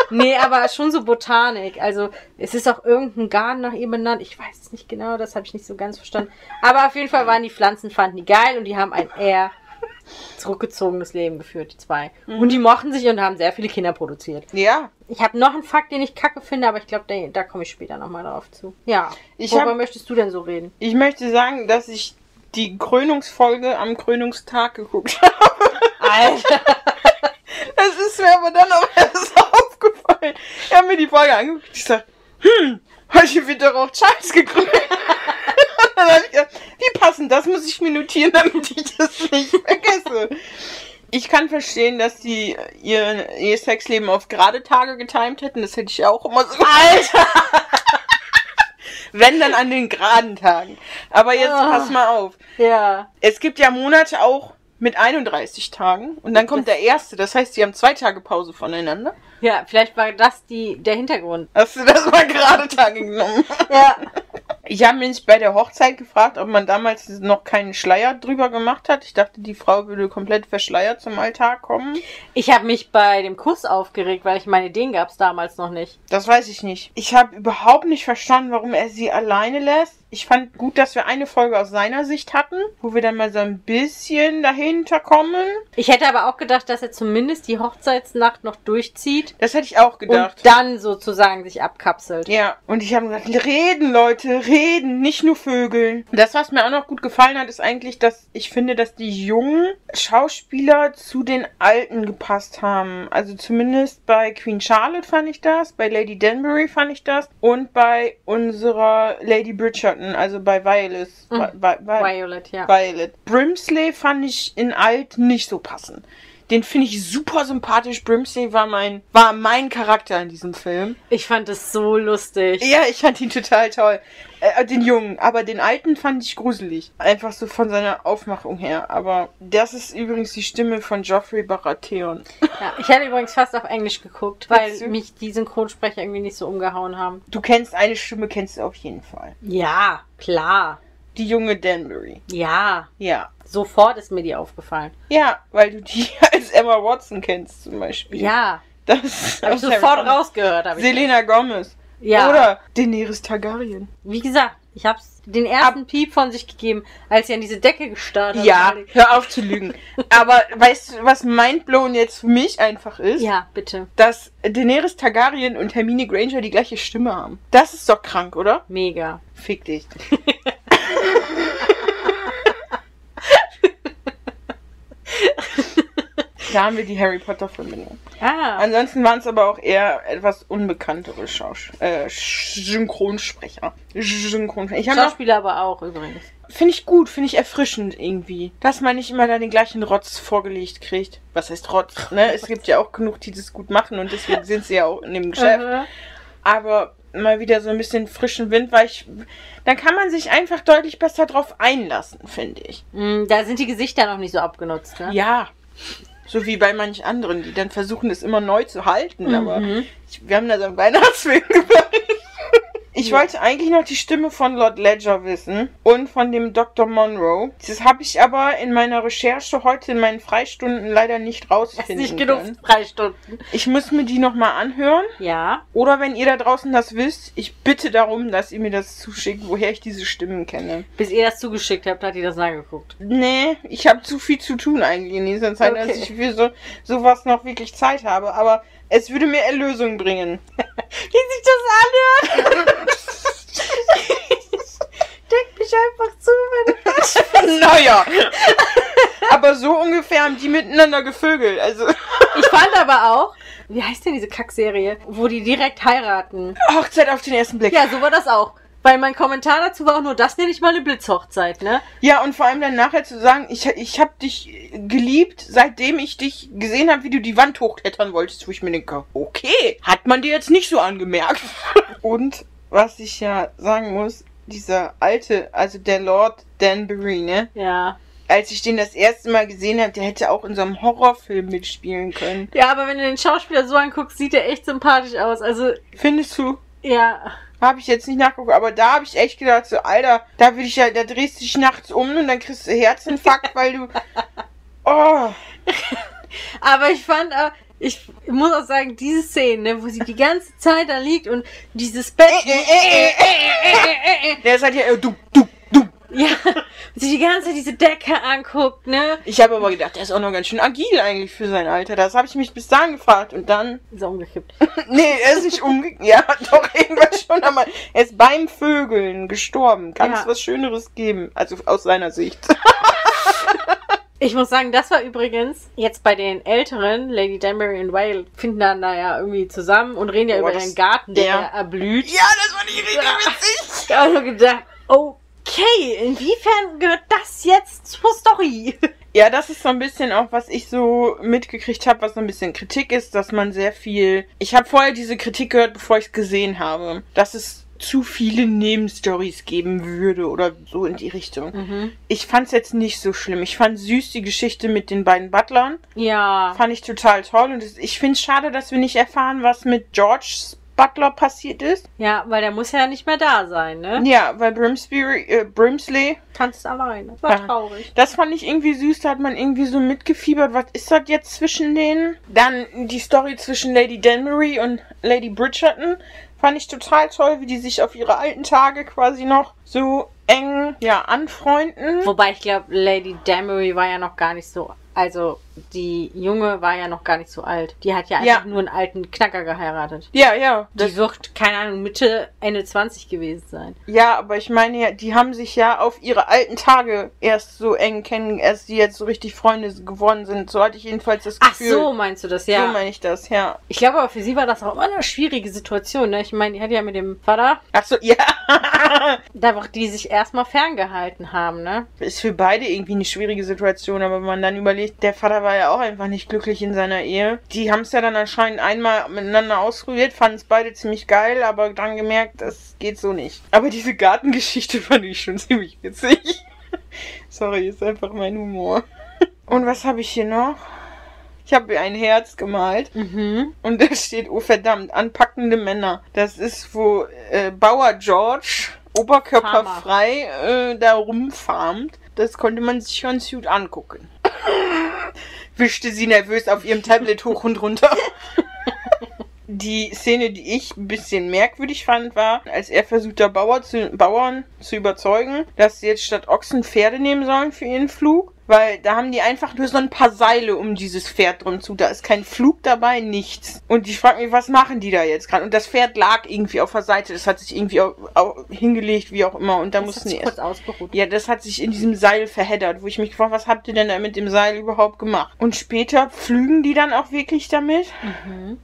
Speaker 1: nee, aber schon so Botanik. Also es ist auch irgendein Garten nach ihm benannt. Ich weiß es nicht genau, das habe ich nicht so ganz verstanden. Aber auf jeden Fall waren die Pflanzen, fanden die geil und die haben ein eher zurückgezogenes Leben geführt, die zwei. Und die mochten sich und haben sehr viele Kinder produziert.
Speaker 2: Ja.
Speaker 1: Ich habe noch einen Fakt, den ich kacke finde, aber ich glaube, da komme ich später nochmal drauf zu. Ja.
Speaker 2: Ich
Speaker 1: Worüber
Speaker 2: hab-
Speaker 1: möchtest du denn so reden?
Speaker 2: Ich möchte sagen, dass ich die Krönungsfolge am Krönungstag geguckt habe.
Speaker 1: Alter.
Speaker 2: Das ist mir aber dann auch <laughs> erst aufgefallen. Ich habe mir die Folge angeguckt. Ich sag, hm, heute wird doch auch Charles gekrönt. <laughs> Und dann hab ich gedacht, Wie passend, das muss ich mir notieren, damit ich das nicht vergesse. Ich kann verstehen, dass die ihr, ihr Sexleben auf gerade Tage getimt hätten. Das hätte ich auch immer so. Alter! <laughs> Wenn dann an den geraden Tagen. Aber jetzt
Speaker 1: Ah.
Speaker 2: pass mal auf.
Speaker 1: <laughs> Ja.
Speaker 2: Es gibt ja Monate auch mit 31 Tagen und dann kommt der erste. Das heißt, die haben zwei Tage Pause voneinander.
Speaker 1: Ja, vielleicht war das die, der Hintergrund.
Speaker 2: Hast du das mal <laughs> gerade Tage genommen?
Speaker 1: Ja.
Speaker 2: Ich habe mich bei der Hochzeit gefragt, ob man damals noch keinen Schleier drüber gemacht hat. Ich dachte, die Frau würde komplett verschleiert zum Altar kommen.
Speaker 1: Ich habe mich bei dem Kuss aufgeregt, weil ich meine, den gab es damals noch nicht.
Speaker 2: Das weiß ich nicht. Ich habe überhaupt nicht verstanden, warum er sie alleine lässt. Ich fand gut, dass wir eine Folge aus seiner Sicht hatten, wo wir dann mal so ein bisschen dahinter kommen.
Speaker 1: Ich hätte aber auch gedacht, dass er zumindest die Hochzeitsnacht noch durchzieht
Speaker 2: Das hätte ich auch gedacht.
Speaker 1: und dann sozusagen sich abkapselt.
Speaker 2: Ja, und ich habe gesagt, reden, Leute, reden, nicht nur Vögeln. Das, was mir auch noch gut gefallen hat, ist eigentlich, dass ich finde, dass die jungen Schauspieler zu den alten gepasst haben. Also zumindest bei Queen Charlotte fand ich das, bei Lady Danbury fand ich das und bei unserer Lady Bridgerton, also bei Violet. Vi- Vi- Vi-
Speaker 1: Violet, ja.
Speaker 2: Violet. Brimsley fand ich in alt nicht so passend. Den finde ich super sympathisch. Brimsley war mein, war mein Charakter in diesem Film.
Speaker 1: Ich fand es so lustig.
Speaker 2: Ja, ich fand ihn total toll. Äh, den Jungen, aber den Alten fand ich gruselig. Einfach so von seiner Aufmachung her. Aber das ist übrigens die Stimme von Geoffrey Baratheon.
Speaker 1: Ja, ich hätte übrigens fast auf Englisch geguckt, weil
Speaker 2: Witzig.
Speaker 1: mich die Synchronsprecher irgendwie nicht so umgehauen haben.
Speaker 2: Du kennst eine Stimme, kennst du auf jeden Fall.
Speaker 1: Ja, klar.
Speaker 2: Die junge Danbury.
Speaker 1: Ja.
Speaker 2: Ja.
Speaker 1: Sofort ist mir die aufgefallen.
Speaker 2: Ja, weil du die <laughs> als Emma Watson kennst zum Beispiel.
Speaker 1: Ja.
Speaker 2: Das
Speaker 1: Habe ich
Speaker 2: aus Harry
Speaker 1: sofort
Speaker 2: Potter.
Speaker 1: rausgehört. Hab ich
Speaker 2: Selena Gomez.
Speaker 1: Ja.
Speaker 2: Oder Daenerys Targaryen.
Speaker 1: Wie gesagt, ich hab's den ersten Piep von sich gegeben, als sie an diese Decke gestarrt hat.
Speaker 2: Ja, hör auf zu lügen. Aber weißt du, was mindblown jetzt für mich einfach ist?
Speaker 1: Ja, bitte.
Speaker 2: dass Daenerys Targaryen und Hermine Granger die gleiche Stimme haben. Das ist doch krank, oder?
Speaker 1: Mega.
Speaker 2: Fick dich. da haben wir die Harry Potter Verbindung.
Speaker 1: Ah.
Speaker 2: Ansonsten waren es aber auch eher etwas unbekanntere Schausch äh, Synchronsprecher. Synchronsprecher. Ich habe noch,
Speaker 1: Schauspieler aber auch übrigens.
Speaker 2: finde ich gut, finde ich erfrischend irgendwie, dass man nicht immer dann den gleichen Rotz vorgelegt kriegt. Was heißt Rotz? Ne? Es gibt ja auch genug, die das gut machen und deswegen sind sie ja auch in dem Geschäft.
Speaker 1: Mhm.
Speaker 2: aber mal wieder so ein bisschen frischen Wind, weil ich, dann kann man sich einfach deutlich besser drauf einlassen, finde ich.
Speaker 1: Mm, Da sind die Gesichter noch nicht so abgenutzt, ne?
Speaker 2: Ja. So wie bei manch anderen, die dann versuchen, es immer neu zu halten, aber ich, wir haben das am Weihnachtsfilm <laughs> gemacht. Ich
Speaker 1: Ja.
Speaker 2: wollte eigentlich noch die Stimme von Lord Ledger wissen und von dem Dr. Monroe. Das habe ich aber in meiner Recherche heute in meinen Freistunden leider nicht
Speaker 1: Das
Speaker 2: rausfinden
Speaker 1: ist nicht genug
Speaker 2: können.
Speaker 1: drei Stunden.
Speaker 2: Ich muss mir die nochmal anhören.
Speaker 1: Ja.
Speaker 2: Oder wenn ihr da draußen das wisst, ich bitte darum, dass ihr mir das zuschickt, woher ich diese Stimmen kenne.
Speaker 1: Bis ihr das zugeschickt habt, hat die das angeguckt.
Speaker 2: Nee, ich habe zu viel zu tun eigentlich in dieser Zeit, dass
Speaker 1: Okay.
Speaker 2: ich für so, sowas noch wirklich Zeit habe. Aber es würde mir Erlösung bringen. <laughs>
Speaker 1: Wie sich das anhört! Deck mich einfach zu, wenn
Speaker 2: <laughs>
Speaker 1: du
Speaker 2: naja. aber so ungefähr haben die miteinander gevögelt. Also,
Speaker 1: Ich fand aber auch, wie heißt denn diese Kackserie, wo die direkt heiraten?
Speaker 2: Hochzeit auf den ersten Blick.
Speaker 1: Ja, so war das auch. Weil mein Kommentar dazu war auch nur, das nenne ich mal eine Blitzhochzeit, ne?
Speaker 2: Ja, und vor allem dann nachher zu sagen, ich, ich habe dich geliebt, seitdem ich dich gesehen habe, wie du die Wand hochklettern wolltest, wo ich mir denke, okay, hat man dir jetzt nicht so angemerkt. <laughs> und was ich ja sagen muss, dieser alte, also der Lord Danbury, ne?
Speaker 1: Ja.
Speaker 2: Als ich den das erste Mal gesehen habe, der hätte auch in so einem Horrorfilm mitspielen können.
Speaker 1: Ja, aber wenn du den Schauspieler so anguckst, sieht er echt sympathisch aus. Also,
Speaker 2: Findest du?
Speaker 1: ja.
Speaker 2: Habe ich jetzt nicht nachgeguckt, aber da habe ich echt gedacht, so, Alter, da will ich ja, da drehst du dich nachts um und dann kriegst du Herzinfarkt, weil du. Oh,
Speaker 1: Aber ich fand, äh, ich muss auch sagen, diese Szene, ne, wo sie die ganze Zeit da liegt und dieses Bett.
Speaker 2: Äh, der ist halt ja. Du, du, du.
Speaker 1: <laughs> Ja, und sie die ganze Zeit diese Decke anguckt, ne?
Speaker 2: Ich habe aber gedacht, der ist auch noch ganz schön agil eigentlich für sein Alter. Das habe ich mich bis dahin gefragt. Und dann. <laughs>
Speaker 1: Ist auch umgekippt.
Speaker 2: Nee, er ist nicht umge... <laughs> Ja, doch, irgendwas schon einmal. Er ist beim Vögeln gestorben. Kann
Speaker 1: Ja.
Speaker 2: es was Schöneres geben? Also aus seiner Sicht.
Speaker 1: Ich muss sagen, das war übrigens jetzt bei den Älteren, Lady Danbury und Whale, finden dann da ja irgendwie zusammen und reden ja
Speaker 2: Boah,
Speaker 1: über
Speaker 2: Oh, das-
Speaker 1: ihren Garten, <laughs> der,
Speaker 2: der-
Speaker 1: erblüht.
Speaker 2: Ja, das war nicht richtig witzig.
Speaker 1: Ich habe nur gedacht, okay, inwiefern gehört das jetzt zur Story?
Speaker 2: Ja, das ist so ein bisschen auch, was ich so mitgekriegt habe, was so ein bisschen Kritik ist, dass man sehr viel. Ich habe vorher diese Kritik gehört, bevor ich es gesehen habe, dass es zu viele Nebenstories geben würde oder so in die Richtung. Ich fand es jetzt nicht so schlimm. Ich fand süß die Geschichte mit den beiden Butlern.
Speaker 1: Ja.
Speaker 2: Fand ich total toll und es- ich finde es schade, dass wir nicht erfahren, was mit George's Butler passiert ist.
Speaker 1: Ja, weil der muss ja nicht mehr da sein, ne?
Speaker 2: Ja, weil Brimsbury, äh, Brimsley,
Speaker 1: Tanzt alleine. Das war
Speaker 2: Ja.
Speaker 1: traurig.
Speaker 2: das fand ich irgendwie süß, da hat man irgendwie so mitgefiebert, was ist das jetzt zwischen denen? Dann die Story zwischen Lady Danbury und Lady Bridgerton fand ich total toll, wie die sich auf ihre alten Tage quasi noch so eng, ja, anfreunden.
Speaker 1: Wobei ich glaube, Lady Danbury war ja noch gar nicht so. Also, die Junge war ja noch gar nicht so alt. Die hat ja
Speaker 2: Ja.
Speaker 1: einfach nur einen alten Knacker geheiratet.
Speaker 2: Ja, ja,
Speaker 1: Die wird, keine Ahnung, Mitte, Ende 20 gewesen sein.
Speaker 2: Ja, aber ich meine ja, die haben sich ja auf ihre alten Tage erst so eng kennen, erst die jetzt so richtig Freunde geworden sind. So hatte ich jedenfalls das
Speaker 1: Ach
Speaker 2: Gefühl.
Speaker 1: so, meinst du das, ja.
Speaker 2: So meine ich das, ja.
Speaker 1: ich glaube aber für sie war das auch immer eine schwierige Situation, ne? Ich meine, die hat ja mit dem Vater,
Speaker 2: Ach so, ja.
Speaker 1: da wird die sich erstmal ferngehalten haben, ne?
Speaker 2: Ist für beide irgendwie eine schwierige Situation, aber wenn man dann überlegt, der Vater war ja auch einfach nicht glücklich in seiner Ehe. Die haben es ja dann anscheinend einmal miteinander ausprobiert, fanden es beide ziemlich geil, aber dann gemerkt, das geht so nicht. Aber diese Gartengeschichte <laughs> fand ich schon ziemlich witzig. <laughs> Sorry, ist einfach mein Humor. <laughs> Und was habe ich hier noch? Ich habe mir ein Herz gemalt.
Speaker 1: Mhm.
Speaker 2: Und da steht, oh verdammt, anpackende Männer. Das ist, wo äh, Bauer George oberkörperfrei äh, da rumfarmt. Das konnte man sich ganz gut angucken. <laughs> Wischte sie nervös auf ihrem Tablet hoch und runter. Die Szene, die ich ein bisschen merkwürdig fand, war, als er versucht, der Bauer zu, Bauern zu überzeugen, dass sie jetzt statt Ochsen Pferde nehmen sollen für ihren Flug. Weil da haben die einfach nur so ein paar Seile um dieses Pferd drum zu. Da ist kein Flug dabei, nichts. Und ich frage mich, was machen die da jetzt gerade? Und das Pferd lag irgendwie auf der Seite. Das hat sich irgendwie au- au- hingelegt, wie auch immer. Und da
Speaker 1: Das hat
Speaker 2: mussten die
Speaker 1: sich
Speaker 2: erst.
Speaker 1: kurz ausgeruht.
Speaker 2: Ja, das hat sich in diesem Seil verheddert, wo ich mich gefragt habe, was habt ihr denn da mit dem Seil überhaupt gemacht? Und später pflügen die dann auch wirklich damit?
Speaker 1: Mhm.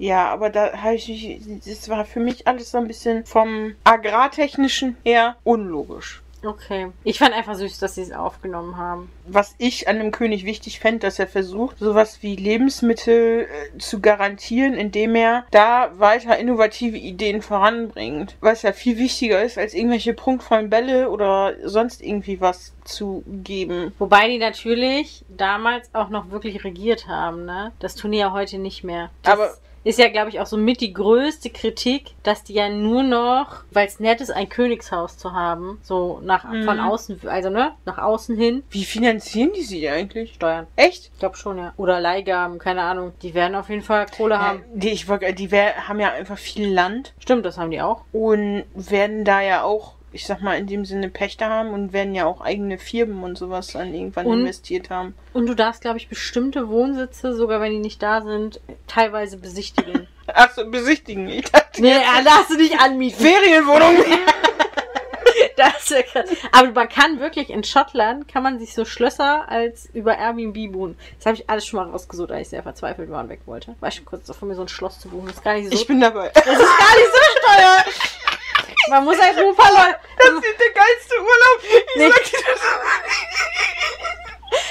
Speaker 2: Ja, aber da habe ich mich, das war für mich alles so ein bisschen vom agrartechnischen her unlogisch.
Speaker 1: Okay. Ich fand einfach süß, dass sie es aufgenommen haben.
Speaker 2: Was ich an dem König wichtig fände, dass er versucht, sowas wie Lebensmittel äh, zu garantieren, indem er da weiter innovative Ideen voranbringt. Was ja viel wichtiger ist, als irgendwelche prunkvollen Bälle oder sonst irgendwie was zu geben.
Speaker 1: Wobei die natürlich damals auch noch wirklich regiert haben, ne? Das tun die ja heute nicht mehr. Das
Speaker 2: Aber-
Speaker 1: ist ja, glaube ich, auch so mit die größte Kritik, dass die ja nur noch, weil es nett ist, ein Königshaus zu haben, so nach
Speaker 2: Mhm.
Speaker 1: von außen, also ne, nach außen hin.
Speaker 2: Wie finanzieren die sie eigentlich?
Speaker 1: Steuern.
Speaker 2: Echt?
Speaker 1: Ich glaube schon, ja. Oder Leihgaben, keine Ahnung. Die werden auf jeden Fall Kohle haben.
Speaker 2: Äh, Die, ich, wollt- die wär, haben ja einfach viel Land.
Speaker 1: Stimmt, das haben die auch.
Speaker 2: und werden da ja auch, ich sag mal, in dem Sinne Pächter haben und werden ja auch eigene Firmen und sowas dann irgendwann
Speaker 1: Und-
Speaker 2: investiert haben.
Speaker 1: Und du darfst, glaube ich, bestimmte Wohnsitze, sogar wenn die nicht da sind, teilweise besichtigen.
Speaker 2: Achso, besichtigen. Ich dachte,
Speaker 1: nee, ja, darfst du nicht anmieten. Also,
Speaker 2: Ferienwohnung.
Speaker 1: <laughs> Das wäre krass. Aber man kann wirklich in Schottland, kann man sich so Schlösser als über Airbnb buchen. Das habe ich alles schon mal rausgesucht, als ich sehr verzweifelt war und weg wollte. War ich schon kurz davor, mir so ein Schloss zu buchen. Das ist gar nicht so,
Speaker 2: Ich bin dabei.
Speaker 1: das ist gar nicht so teuer. Man muss halt nur ein paar Leute.
Speaker 2: <laughs> Das ist der geilste Urlaub. Ich
Speaker 1: Nee.
Speaker 2: sag dir das.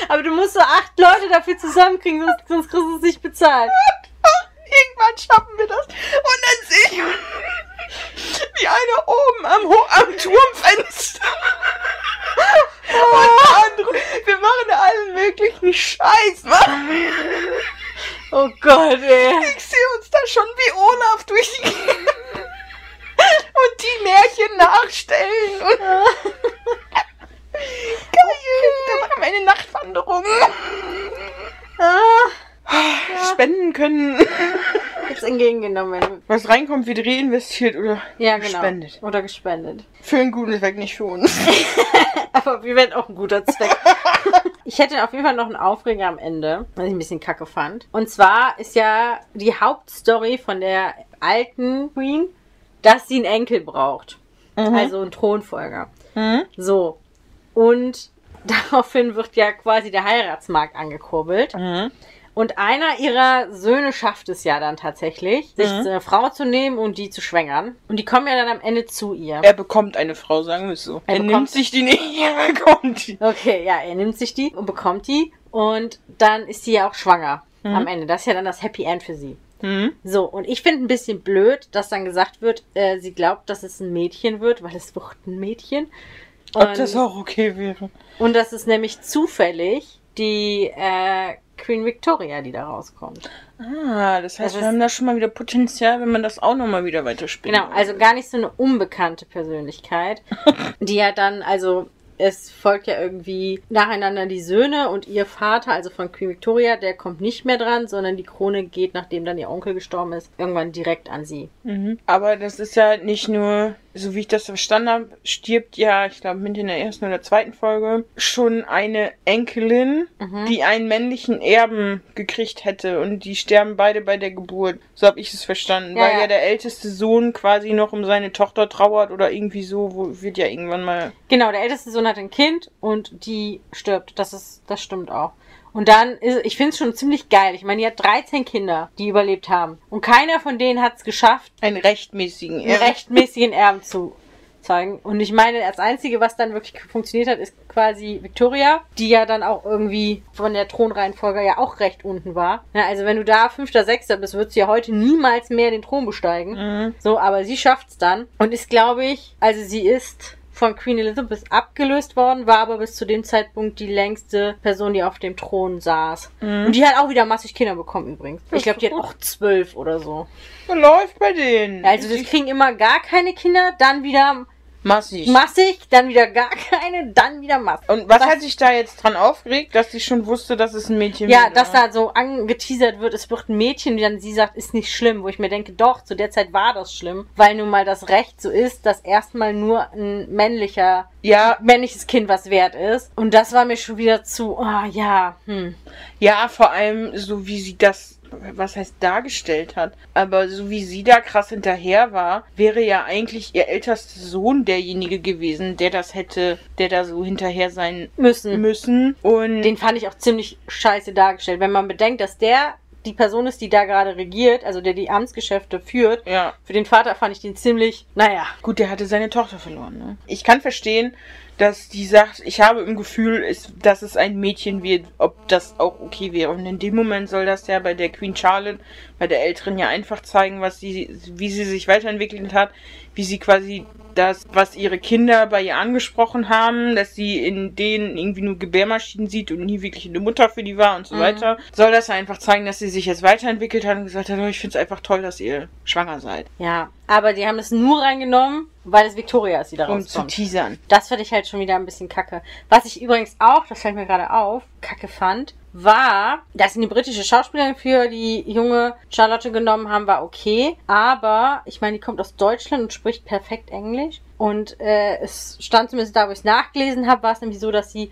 Speaker 1: Aber du musst so acht Leute dafür zusammenkriegen, sonst, sonst kriegst du es nicht bezahlt.
Speaker 2: Irgendwann schaffen wir das. Und dann sehe ich, <laughs> wie einer oben am, Ho- am Turmfenster.
Speaker 1: <laughs>
Speaker 2: Und der andere. Wir machen da allen möglichen Scheiß, machen wir.
Speaker 1: Oh Gott, ey.
Speaker 2: Ich sehe uns da schon wie Olaf durch die Gegend und die Märchen nachstellen. Und Geil, dann machen wir eine Nachtwanderung.
Speaker 1: Ah,
Speaker 2: Spenden können.
Speaker 1: jetzt entgegengenommen.
Speaker 2: Was reinkommt, wird reinvestiert oder
Speaker 1: Ja, genau.
Speaker 2: gespendet.
Speaker 1: Oder gespendet.
Speaker 2: Für einen guten Zweck, nicht für uns.
Speaker 1: <laughs> Aber wir werden auch ein guter
Speaker 2: <laughs>
Speaker 1: Zweck. ich hätte auf jeden Fall noch einen Aufreger am Ende, was ich ein bisschen kacke fand. Und zwar ist ja die Hauptstory von der alten Queen, dass sie einen Enkel braucht. Also einen Thronfolger.
Speaker 2: Mhm.
Speaker 1: So. Und <laughs> daraufhin wird ja quasi der Heiratsmarkt angekurbelt.
Speaker 2: Mhm.
Speaker 1: Und einer ihrer Söhne schafft es ja dann tatsächlich, sich
Speaker 2: Mhm.
Speaker 1: eine Frau zu nehmen und die zu schwängern. Und die kommen ja dann am Ende zu ihr.
Speaker 2: Er bekommt eine Frau, sagen wir es so. Er,
Speaker 1: Er bekommt-
Speaker 2: nimmt sich die nicht, <laughs> er bekommt die.
Speaker 1: Okay, ja, er nimmt sich die und bekommt die. Und dann ist sie ja auch schwanger
Speaker 2: Mhm.
Speaker 1: am Ende. Das ist ja dann das Happy End für sie.
Speaker 2: Mhm.
Speaker 1: So, und ich finde ein bisschen blöd, dass dann gesagt wird, äh, sie glaubt, dass es ein Mädchen wird, weil es wird ein Mädchen.
Speaker 2: Ob
Speaker 1: Und-
Speaker 2: das auch okay wäre.
Speaker 1: Und das ist nämlich zufällig die äh, Queen Victoria, die da rauskommt.
Speaker 2: Ah, das heißt,
Speaker 1: Das
Speaker 2: wir
Speaker 1: ist-
Speaker 2: haben da schon mal wieder Potenzial, wenn man das auch nochmal wieder weiterspielt.
Speaker 1: Genau, also gar nicht so eine unbekannte Persönlichkeit, die ja dann, also es folgt ja irgendwie nacheinander die Söhne und ihr Vater, also von Queen Victoria, der kommt nicht mehr dran, sondern die Krone geht, nachdem dann ihr Onkel gestorben ist, irgendwann direkt an sie.
Speaker 2: Mhm. Aber das ist ja nicht nur, so wie ich das verstanden habe, stirbt ja, ich glaube, mit in der ersten oder zweiten Folge schon eine Enkelin,
Speaker 1: Mhm.
Speaker 2: die einen männlichen Erben gekriegt hätte und die sterben beide bei der Geburt. So habe ich es verstanden,
Speaker 1: Ja,
Speaker 2: weil
Speaker 1: ja.
Speaker 2: ja. der älteste Sohn quasi noch um seine Tochter trauert oder irgendwie so, wo wird ja irgendwann mal.
Speaker 1: Genau, der älteste Sohn hat ein Kind und die stirbt. Das ist, das stimmt auch. Und dann ist, ich finde es schon ziemlich geil. Ich meine, die hat 13 Kinder, die überlebt haben. Und keiner von denen hat es geschafft,
Speaker 2: Einen rechtmäßigen
Speaker 1: einen rechtmäßigen Erben zu zeigen. Und ich meine, das Einzige, was dann wirklich funktioniert hat, ist quasi Victoria, die ja dann auch irgendwie von der Thronreihenfolge ja auch recht unten war. Ja, also wenn du da Fünfter, Sechster bist, würdest du ja heute niemals mehr den Thron besteigen.
Speaker 2: Mhm.
Speaker 1: So, aber sie schafft's dann und ist, glaube ich, also sie ist von Queen Elizabeth abgelöst worden, war aber bis zu dem Zeitpunkt die längste Person, die auf dem Thron saß. Und die hat auch wieder massig Kinder bekommen übrigens. Ich glaube, die hat auch zwölf oder so.
Speaker 2: Läuft bei denen.
Speaker 1: Ja, Also das kriegen immer gar keine Kinder, dann wieder
Speaker 2: massig.
Speaker 1: massig, dann wieder gar <laughs> keine, dann wieder massig.
Speaker 2: und was,
Speaker 1: Was-
Speaker 2: hat sich da jetzt dran aufgeregt, dass sie schon wusste, dass es ein Mädchen
Speaker 1: Ja,
Speaker 2: wird,
Speaker 1: dass
Speaker 2: oder?
Speaker 1: da so angeteasert wird, es wird ein Mädchen, die dann sie sagt, ist nicht schlimm, wo ich mir denke, doch, zu der Zeit war das schlimm, weil nun mal das Recht so ist, dass erstmal nur ein männlicher
Speaker 2: Ja,
Speaker 1: männliches Kind was wert ist. Und das war mir schon wieder zu, ah ja, hm.
Speaker 2: Ja, vor allem so wie sie das, was heißt dargestellt hat, aber so wie sie da krass hinterher war, wäre ja eigentlich ihr ältester Sohn derjenige gewesen, der das hätte, der da so hinterher sein
Speaker 1: müssen.
Speaker 2: müssen. Und
Speaker 1: Den fand ich auch ziemlich scheiße dargestellt. Wenn man bedenkt, dass der die Person ist, die da gerade regiert, also der die Amtsgeschäfte führt,
Speaker 2: ja,
Speaker 1: für den Vater fand ich den ziemlich, naja.
Speaker 2: gut, der hatte seine Tochter verloren. Ne? Ich kann verstehen, dass die sagt, ich habe im Gefühl, ist, dass es ein Mädchen wird, ob das auch okay wäre. Und in dem Moment soll das ja bei der Queen Charlotte, bei der Älteren ja einfach zeigen, was sie, wie sie sich weiterentwickelt hat, wie sie quasi das, was ihre Kinder bei ihr angesprochen haben, dass sie in denen irgendwie nur Gebärmaschinen sieht und nie wirklich eine Mutter für die war und so
Speaker 1: Mhm.
Speaker 2: weiter, soll das ja einfach zeigen, dass sie sich jetzt weiterentwickelt hat und gesagt hat, oh, ich finde es einfach toll, dass ihr schwanger seid,
Speaker 1: Ja, aber die haben es nur reingenommen, weil es Victoria ist, die da
Speaker 2: um zu
Speaker 1: rauskommt.
Speaker 2: teasern.
Speaker 1: Das fand ich halt schon wieder ein bisschen kacke. Was ich übrigens auch, das fällt mir gerade auf, kacke fand, war, dass sie eine britische Schauspielerin für die junge Charlotte genommen haben, war okay. Aber, ich meine, die kommt aus Deutschland und spricht perfekt Englisch. Und äh, es stand zumindest da, wo ich es nachgelesen habe, war es nämlich so, dass sie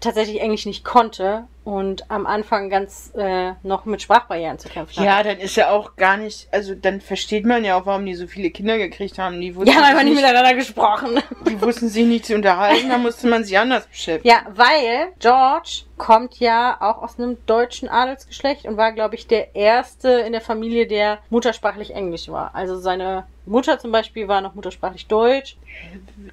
Speaker 1: tatsächlich Englisch nicht konnte und am Anfang ganz äh, noch mit Sprachbarrieren zu kämpfen hat.
Speaker 2: Ja, dann ist ja auch gar nicht, also dann versteht man ja auch, warum die so viele Kinder gekriegt haben. Die wussten,
Speaker 1: Ja, weil man
Speaker 2: sich
Speaker 1: nicht
Speaker 2: nicht,
Speaker 1: miteinander gesprochen.
Speaker 2: die wussten sich nicht zu unterhalten, da musste man sie anders beschäftigen.
Speaker 1: Ja, weil George kommt ja auch aus einem deutschen Adelsgeschlecht und war, glaube ich, der erste in der Familie, der muttersprachlich Englisch war. Also seine Mutter zum Beispiel war noch muttersprachlich Deutsch.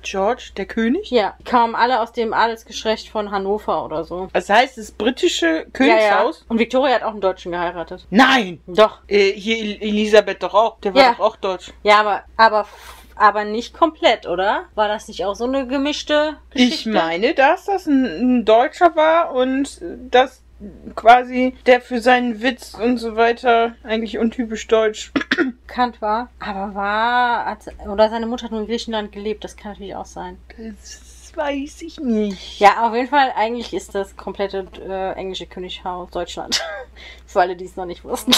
Speaker 2: George, der König?
Speaker 1: Ja, kamen alle aus dem Adelsgeschlecht von Hannover oder so.
Speaker 2: Das heißt, das britische Königshaus?
Speaker 1: Und Victoria hat auch einen Deutschen geheiratet.
Speaker 2: Nein!
Speaker 1: Doch.
Speaker 2: Äh, hier El- Elisabeth doch auch, der war
Speaker 1: Ja.
Speaker 2: doch auch deutsch.
Speaker 1: Ja, aber, aber, aber nicht komplett, oder? War das nicht auch so eine gemischte
Speaker 2: Ich
Speaker 1: Geschichte?
Speaker 2: meine, dass das ein, ein Deutscher war und äh, dass quasi der für seinen Witz und so weiter eigentlich untypisch deutsch.
Speaker 1: Bekannt war. Aber war, hat, oder seine Mutter hat nur in Griechenland gelebt. Das kann natürlich auch sein.
Speaker 2: Das weiß ich nicht.
Speaker 1: Ja, auf jeden Fall, eigentlich ist das komplette äh, englische Könighaus Deutschland. <laughs> Für alle, die es noch nicht wussten.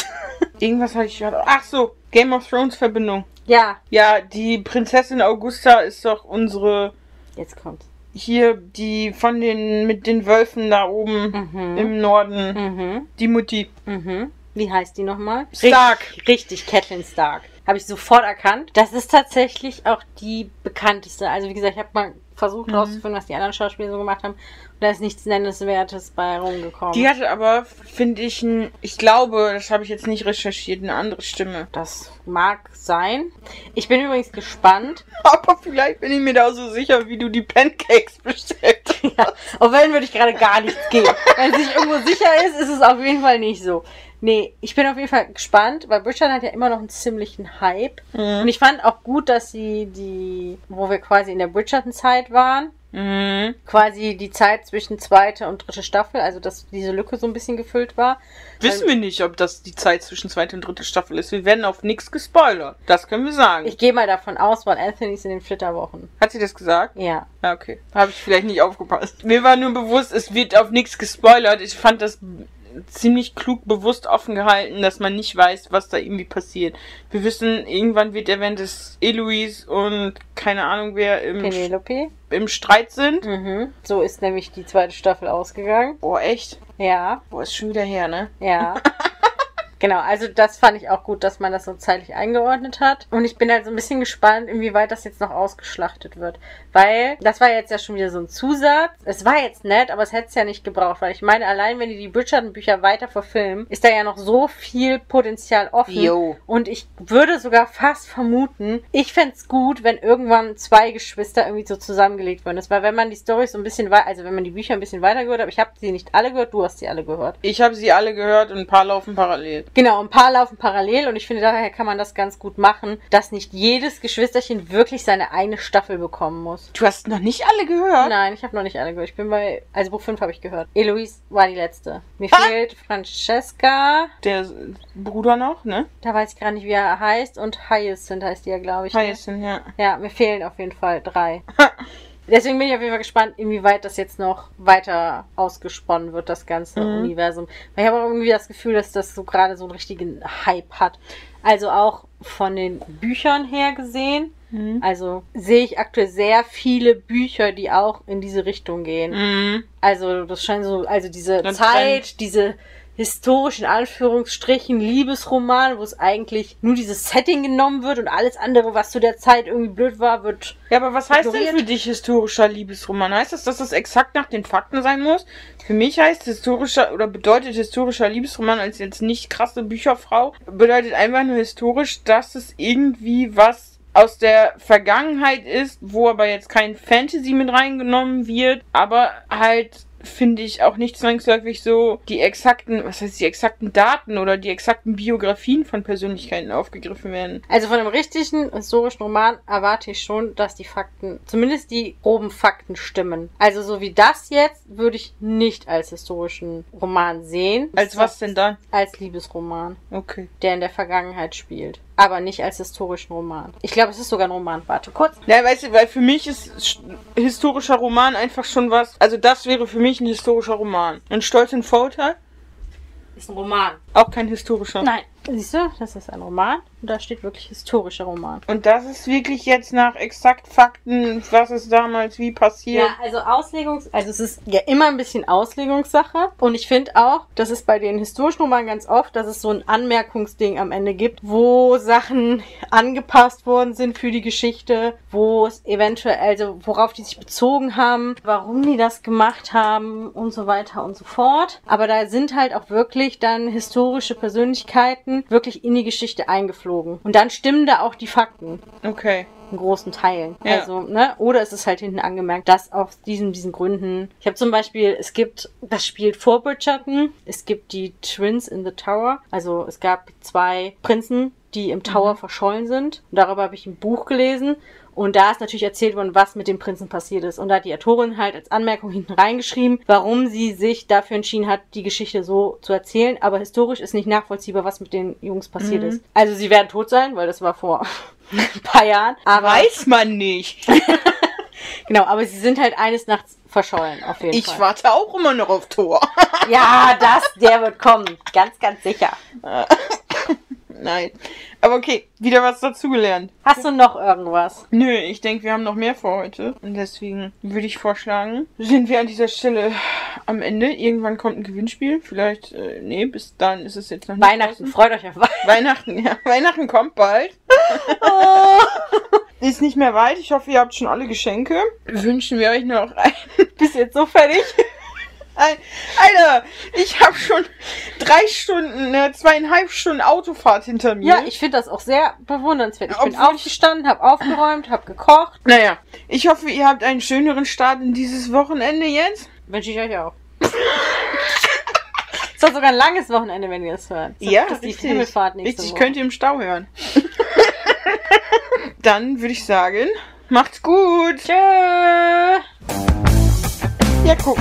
Speaker 2: Irgendwas habe ich gerade. Ach so, Game of Thrones Verbindung.
Speaker 1: ja,
Speaker 2: Ja, die Prinzessin Augusta ist doch unsere
Speaker 1: jetzt kommt's.
Speaker 2: hier die von den mit den Wölfen da oben
Speaker 1: Mhm.
Speaker 2: im Norden,
Speaker 1: Mhm.
Speaker 2: die Mutti.
Speaker 1: Mhm. Wie heißt die nochmal?
Speaker 2: Stark.
Speaker 1: Richtig, richtig, Catelyn Stark. Habe ich sofort erkannt. Das ist tatsächlich auch die bekannteste. Also wie gesagt, ich habe mal versucht
Speaker 2: Mhm.
Speaker 1: rauszufinden, was die anderen Schauspieler so gemacht haben. Und da ist nichts Nennenswertes bei rumgekommen.
Speaker 2: Die hatte aber finde ich ein ich glaube, das habe ich jetzt nicht recherchiert, eine andere Stimme. <laughs>
Speaker 1: das mag sein. Ich bin übrigens gespannt.
Speaker 2: Aber vielleicht bin ich mir da auch so sicher, wie du die Pancakes bestellt <laughs>
Speaker 1: <laughs>
Speaker 2: hast.
Speaker 1: Auf Wellen würde ich gerade gar nichts geben. Wenn es sich irgendwo sicher ist, ist es auf jeden Fall nicht so. Nee, ich bin auf jeden Fall gespannt, weil Bridgerton hat ja immer noch einen ziemlichen Hype.
Speaker 2: Hm? Mhm.
Speaker 1: Und ich fand auch gut, dass sie die, wo wir quasi in der Bridgerton-Zeit waren,
Speaker 2: Mhm.
Speaker 1: quasi die Zeit zwischen zweite und dritte Staffel, also dass diese Lücke so ein bisschen gefüllt war.
Speaker 2: Wissen wir nicht, ob das die Zeit zwischen zweite und dritte Staffel ist. Wir werden auf nichts gespoilert. Das können wir sagen.
Speaker 1: Ich gehe mal davon aus, weil Anthony ist in den Flitterwochen.
Speaker 2: Hat sie das gesagt?
Speaker 1: Ja.
Speaker 2: Ja, okay. Habe ich vielleicht nicht aufgepasst. Mir war nur bewusst, es wird auf nichts gespoilert. Ich fand das ziemlich klug bewusst offen gehalten, dass man nicht weiß, was da irgendwie passiert. Wir wissen, irgendwann wird erwähnt, dass Eloise und keine Ahnung wer im,
Speaker 1: Penelope.
Speaker 2: im Streit sind.
Speaker 1: Mhm. So ist nämlich die zweite Staffel ausgegangen.
Speaker 2: Boah, echt?
Speaker 1: Ja.
Speaker 2: Boah, ist schon wieder her, ne?
Speaker 1: Ja. genau, also das fand ich auch gut, dass man das so zeitlich eingeordnet hat. Und ich bin halt so ein bisschen gespannt, inwieweit das jetzt noch ausgeschlachtet wird. Weil das war jetzt ja schon wieder so ein Zusatz. Es war jetzt nett, aber es hätte es ja nicht gebraucht. Weil ich meine, allein wenn die die Bridgerton-Bücher weiter verfilmen, ist da ja noch so viel Potenzial offen.
Speaker 2: Jo.
Speaker 1: Und ich würde sogar fast vermuten, ich fänd's gut, wenn irgendwann zwei Geschwister irgendwie so zusammengelegt würden. Das war, wenn man die Storys so ein bisschen weiter, also wenn man die Bücher ein bisschen weiter gehört hat, aber ich habe sie nicht alle gehört, du hast sie alle gehört.
Speaker 2: Ich habe sie alle gehört und ein paar laufen parallel.
Speaker 1: Genau, ein paar laufen parallel und ich finde, daher kann man das ganz gut machen, dass nicht jedes Geschwisterchen wirklich seine eigene Staffel bekommen muss.
Speaker 2: Du hast noch nicht alle gehört?
Speaker 1: Nein, ich habe noch nicht alle gehört. Ich bin bei, also Buch 5 habe ich gehört. Eloise war die letzte. Mir fehlt Francesca,
Speaker 2: Der Bruder noch, ne?
Speaker 1: da weiß ich gar nicht, wie er heißt, und Hyacinth heißt die ja, glaube ich. ne?
Speaker 2: Heißen, ja.
Speaker 1: Ja, mir fehlen auf jeden Fall
Speaker 2: <laughs>
Speaker 1: drei. Deswegen bin ich auf jeden Fall gespannt, inwieweit das jetzt noch weiter ausgesponnen wird, das ganze
Speaker 2: Mhm.
Speaker 1: Universum. Weil ich habe auch irgendwie das Gefühl, dass das so gerade so einen richtigen Hype hat. Also auch von den Büchern her gesehen.
Speaker 2: Mhm.
Speaker 1: Also sehe ich aktuell sehr viele Bücher, die auch in diese Richtung gehen.
Speaker 2: Mhm.
Speaker 1: Also das scheint so, also diese
Speaker 2: Dann
Speaker 1: Zeit, diese historischen Anführungsstrichen Liebesroman, wo es eigentlich nur dieses Setting genommen wird und alles andere, was zu der Zeit irgendwie blöd war, wird
Speaker 2: Ja, aber was heißt denn
Speaker 1: Ignoriert.
Speaker 2: für dich historischer Liebesroman? Heißt das, dass das exakt nach den Fakten sein muss? Für mich heißt historischer oder bedeutet historischer Liebesroman als jetzt nicht krasse Bücherfrau, bedeutet einfach nur historisch, dass es irgendwie was aus der Vergangenheit ist, wo aber jetzt kein Fantasy mit reingenommen wird, aber halt finde ich auch nicht zwangsläufig so die exakten, was heißt die exakten Daten oder die exakten Biografien von Persönlichkeiten aufgegriffen werden.
Speaker 1: Also von einem richtigen historischen Roman erwarte ich schon, dass die Fakten, zumindest die groben Fakten stimmen. Also so wie das jetzt, würde ich nicht als historischen Roman sehen.
Speaker 2: Als was denn dann?
Speaker 1: Als Liebesroman,
Speaker 2: Okay.
Speaker 1: der in der Vergangenheit spielt. Aber nicht als historischen Roman. Ich glaube, es ist sogar ein Roman. Warte kurz.
Speaker 2: Na, weißt du, weil für mich ist sch- historischer Roman einfach schon was. Also das wäre für mich ein historischer Roman. Ein Stolz und Vorurteil?
Speaker 1: Ist ein Roman.
Speaker 2: Auch kein historischer.
Speaker 1: Nein. Siehst du, das ist ein Roman. Und da steht wirklich historischer Roman.
Speaker 2: Und das ist wirklich jetzt nach exakt Fakten, was ist damals wie passiert.
Speaker 1: Ja, also Auslegungs, also es ist ja immer ein bisschen Auslegungssache. Und ich finde auch, das ist bei den historischen Romanen ganz oft, dass es so ein Anmerkungsding am Ende gibt, wo Sachen angepasst worden sind für die Geschichte, wo es eventuell, also worauf die sich bezogen haben, warum die das gemacht haben und so weiter und so fort. Aber da sind halt auch wirklich dann historische Persönlichkeiten wirklich in die Geschichte eingeflogen. Und dann stimmen da auch die Fakten
Speaker 2: Okay.
Speaker 1: in großen Teilen.
Speaker 2: Ja.
Speaker 1: Also, ne? Oder es ist halt hinten angemerkt, dass aus diesen, diesen Gründen. Ich habe zum Beispiel, es gibt, das spielt vor Bridgerton, es gibt die Twins in the Tower. Also es gab zwei Prinzen, die im
Speaker 2: Mhm.
Speaker 1: Tower verschollen sind. Und darüber habe ich ein Buch gelesen. Und da ist natürlich erzählt worden, was mit dem Prinzen passiert ist. Und da hat die Autorin halt als Anmerkung hinten reingeschrieben, warum sie sich dafür entschieden hat, die Geschichte so zu erzählen. Aber historisch ist nicht nachvollziehbar, was mit den Jungs passiert
Speaker 2: Mhm.
Speaker 1: ist. Also sie werden tot sein, weil das war vor <laughs> ein paar Jahren. Aber
Speaker 2: Weiß man nicht.
Speaker 1: genau, aber sie sind halt eines Nachts verschollen, auf jeden
Speaker 2: Ich
Speaker 1: Fall.
Speaker 2: warte auch immer noch auf Tor.
Speaker 1: Ja, das, der wird kommen. Ganz, ganz sicher.
Speaker 2: <laughs> Nein. Aber okay, wieder was dazugelernt.
Speaker 1: Hast du noch irgendwas?
Speaker 2: Nö, ich denke, wir haben noch mehr für heute. Und deswegen würde ich vorschlagen, sind wir an dieser Stelle am Ende. Irgendwann kommt ein Gewinnspiel. Vielleicht, äh, nee, bis dann ist es jetzt noch nicht
Speaker 1: Weihnachten, freut euch auf Weihnachten. <laughs>
Speaker 2: draußen. Weihnachten, ja. Weihnachten kommt bald.
Speaker 1: Oh.
Speaker 2: Ist nicht mehr weit. Ich hoffe, ihr habt schon alle Geschenke. Wünschen wir euch noch ein
Speaker 1: Bist jetzt so fertig?
Speaker 2: Ein- Alter, ich habe schon drei Stunden, ne, zweieinhalb Stunden Autofahrt hinter mir.
Speaker 1: Ja, ich finde das auch sehr bewundernswert. Ich bin
Speaker 2: Obwohl ich-
Speaker 1: aufgestanden, habe aufgeräumt, habe gekocht.
Speaker 2: naja, ich hoffe, ihr habt einen schöneren Start in dieses Wochenende jetzt.
Speaker 1: Wünsche
Speaker 2: <laughs>
Speaker 1: ich euch auch. Es war sogar ein langes Wochenende, wenn ihr das hört. Es ist- Das ist die Himmelfahrt nächste
Speaker 2: richtig,
Speaker 1: Woche.
Speaker 2: könnt ihr im Stau hören. <laughs> Dann würde ich sagen, macht's gut.
Speaker 1: Tschö.
Speaker 2: Ja, guck.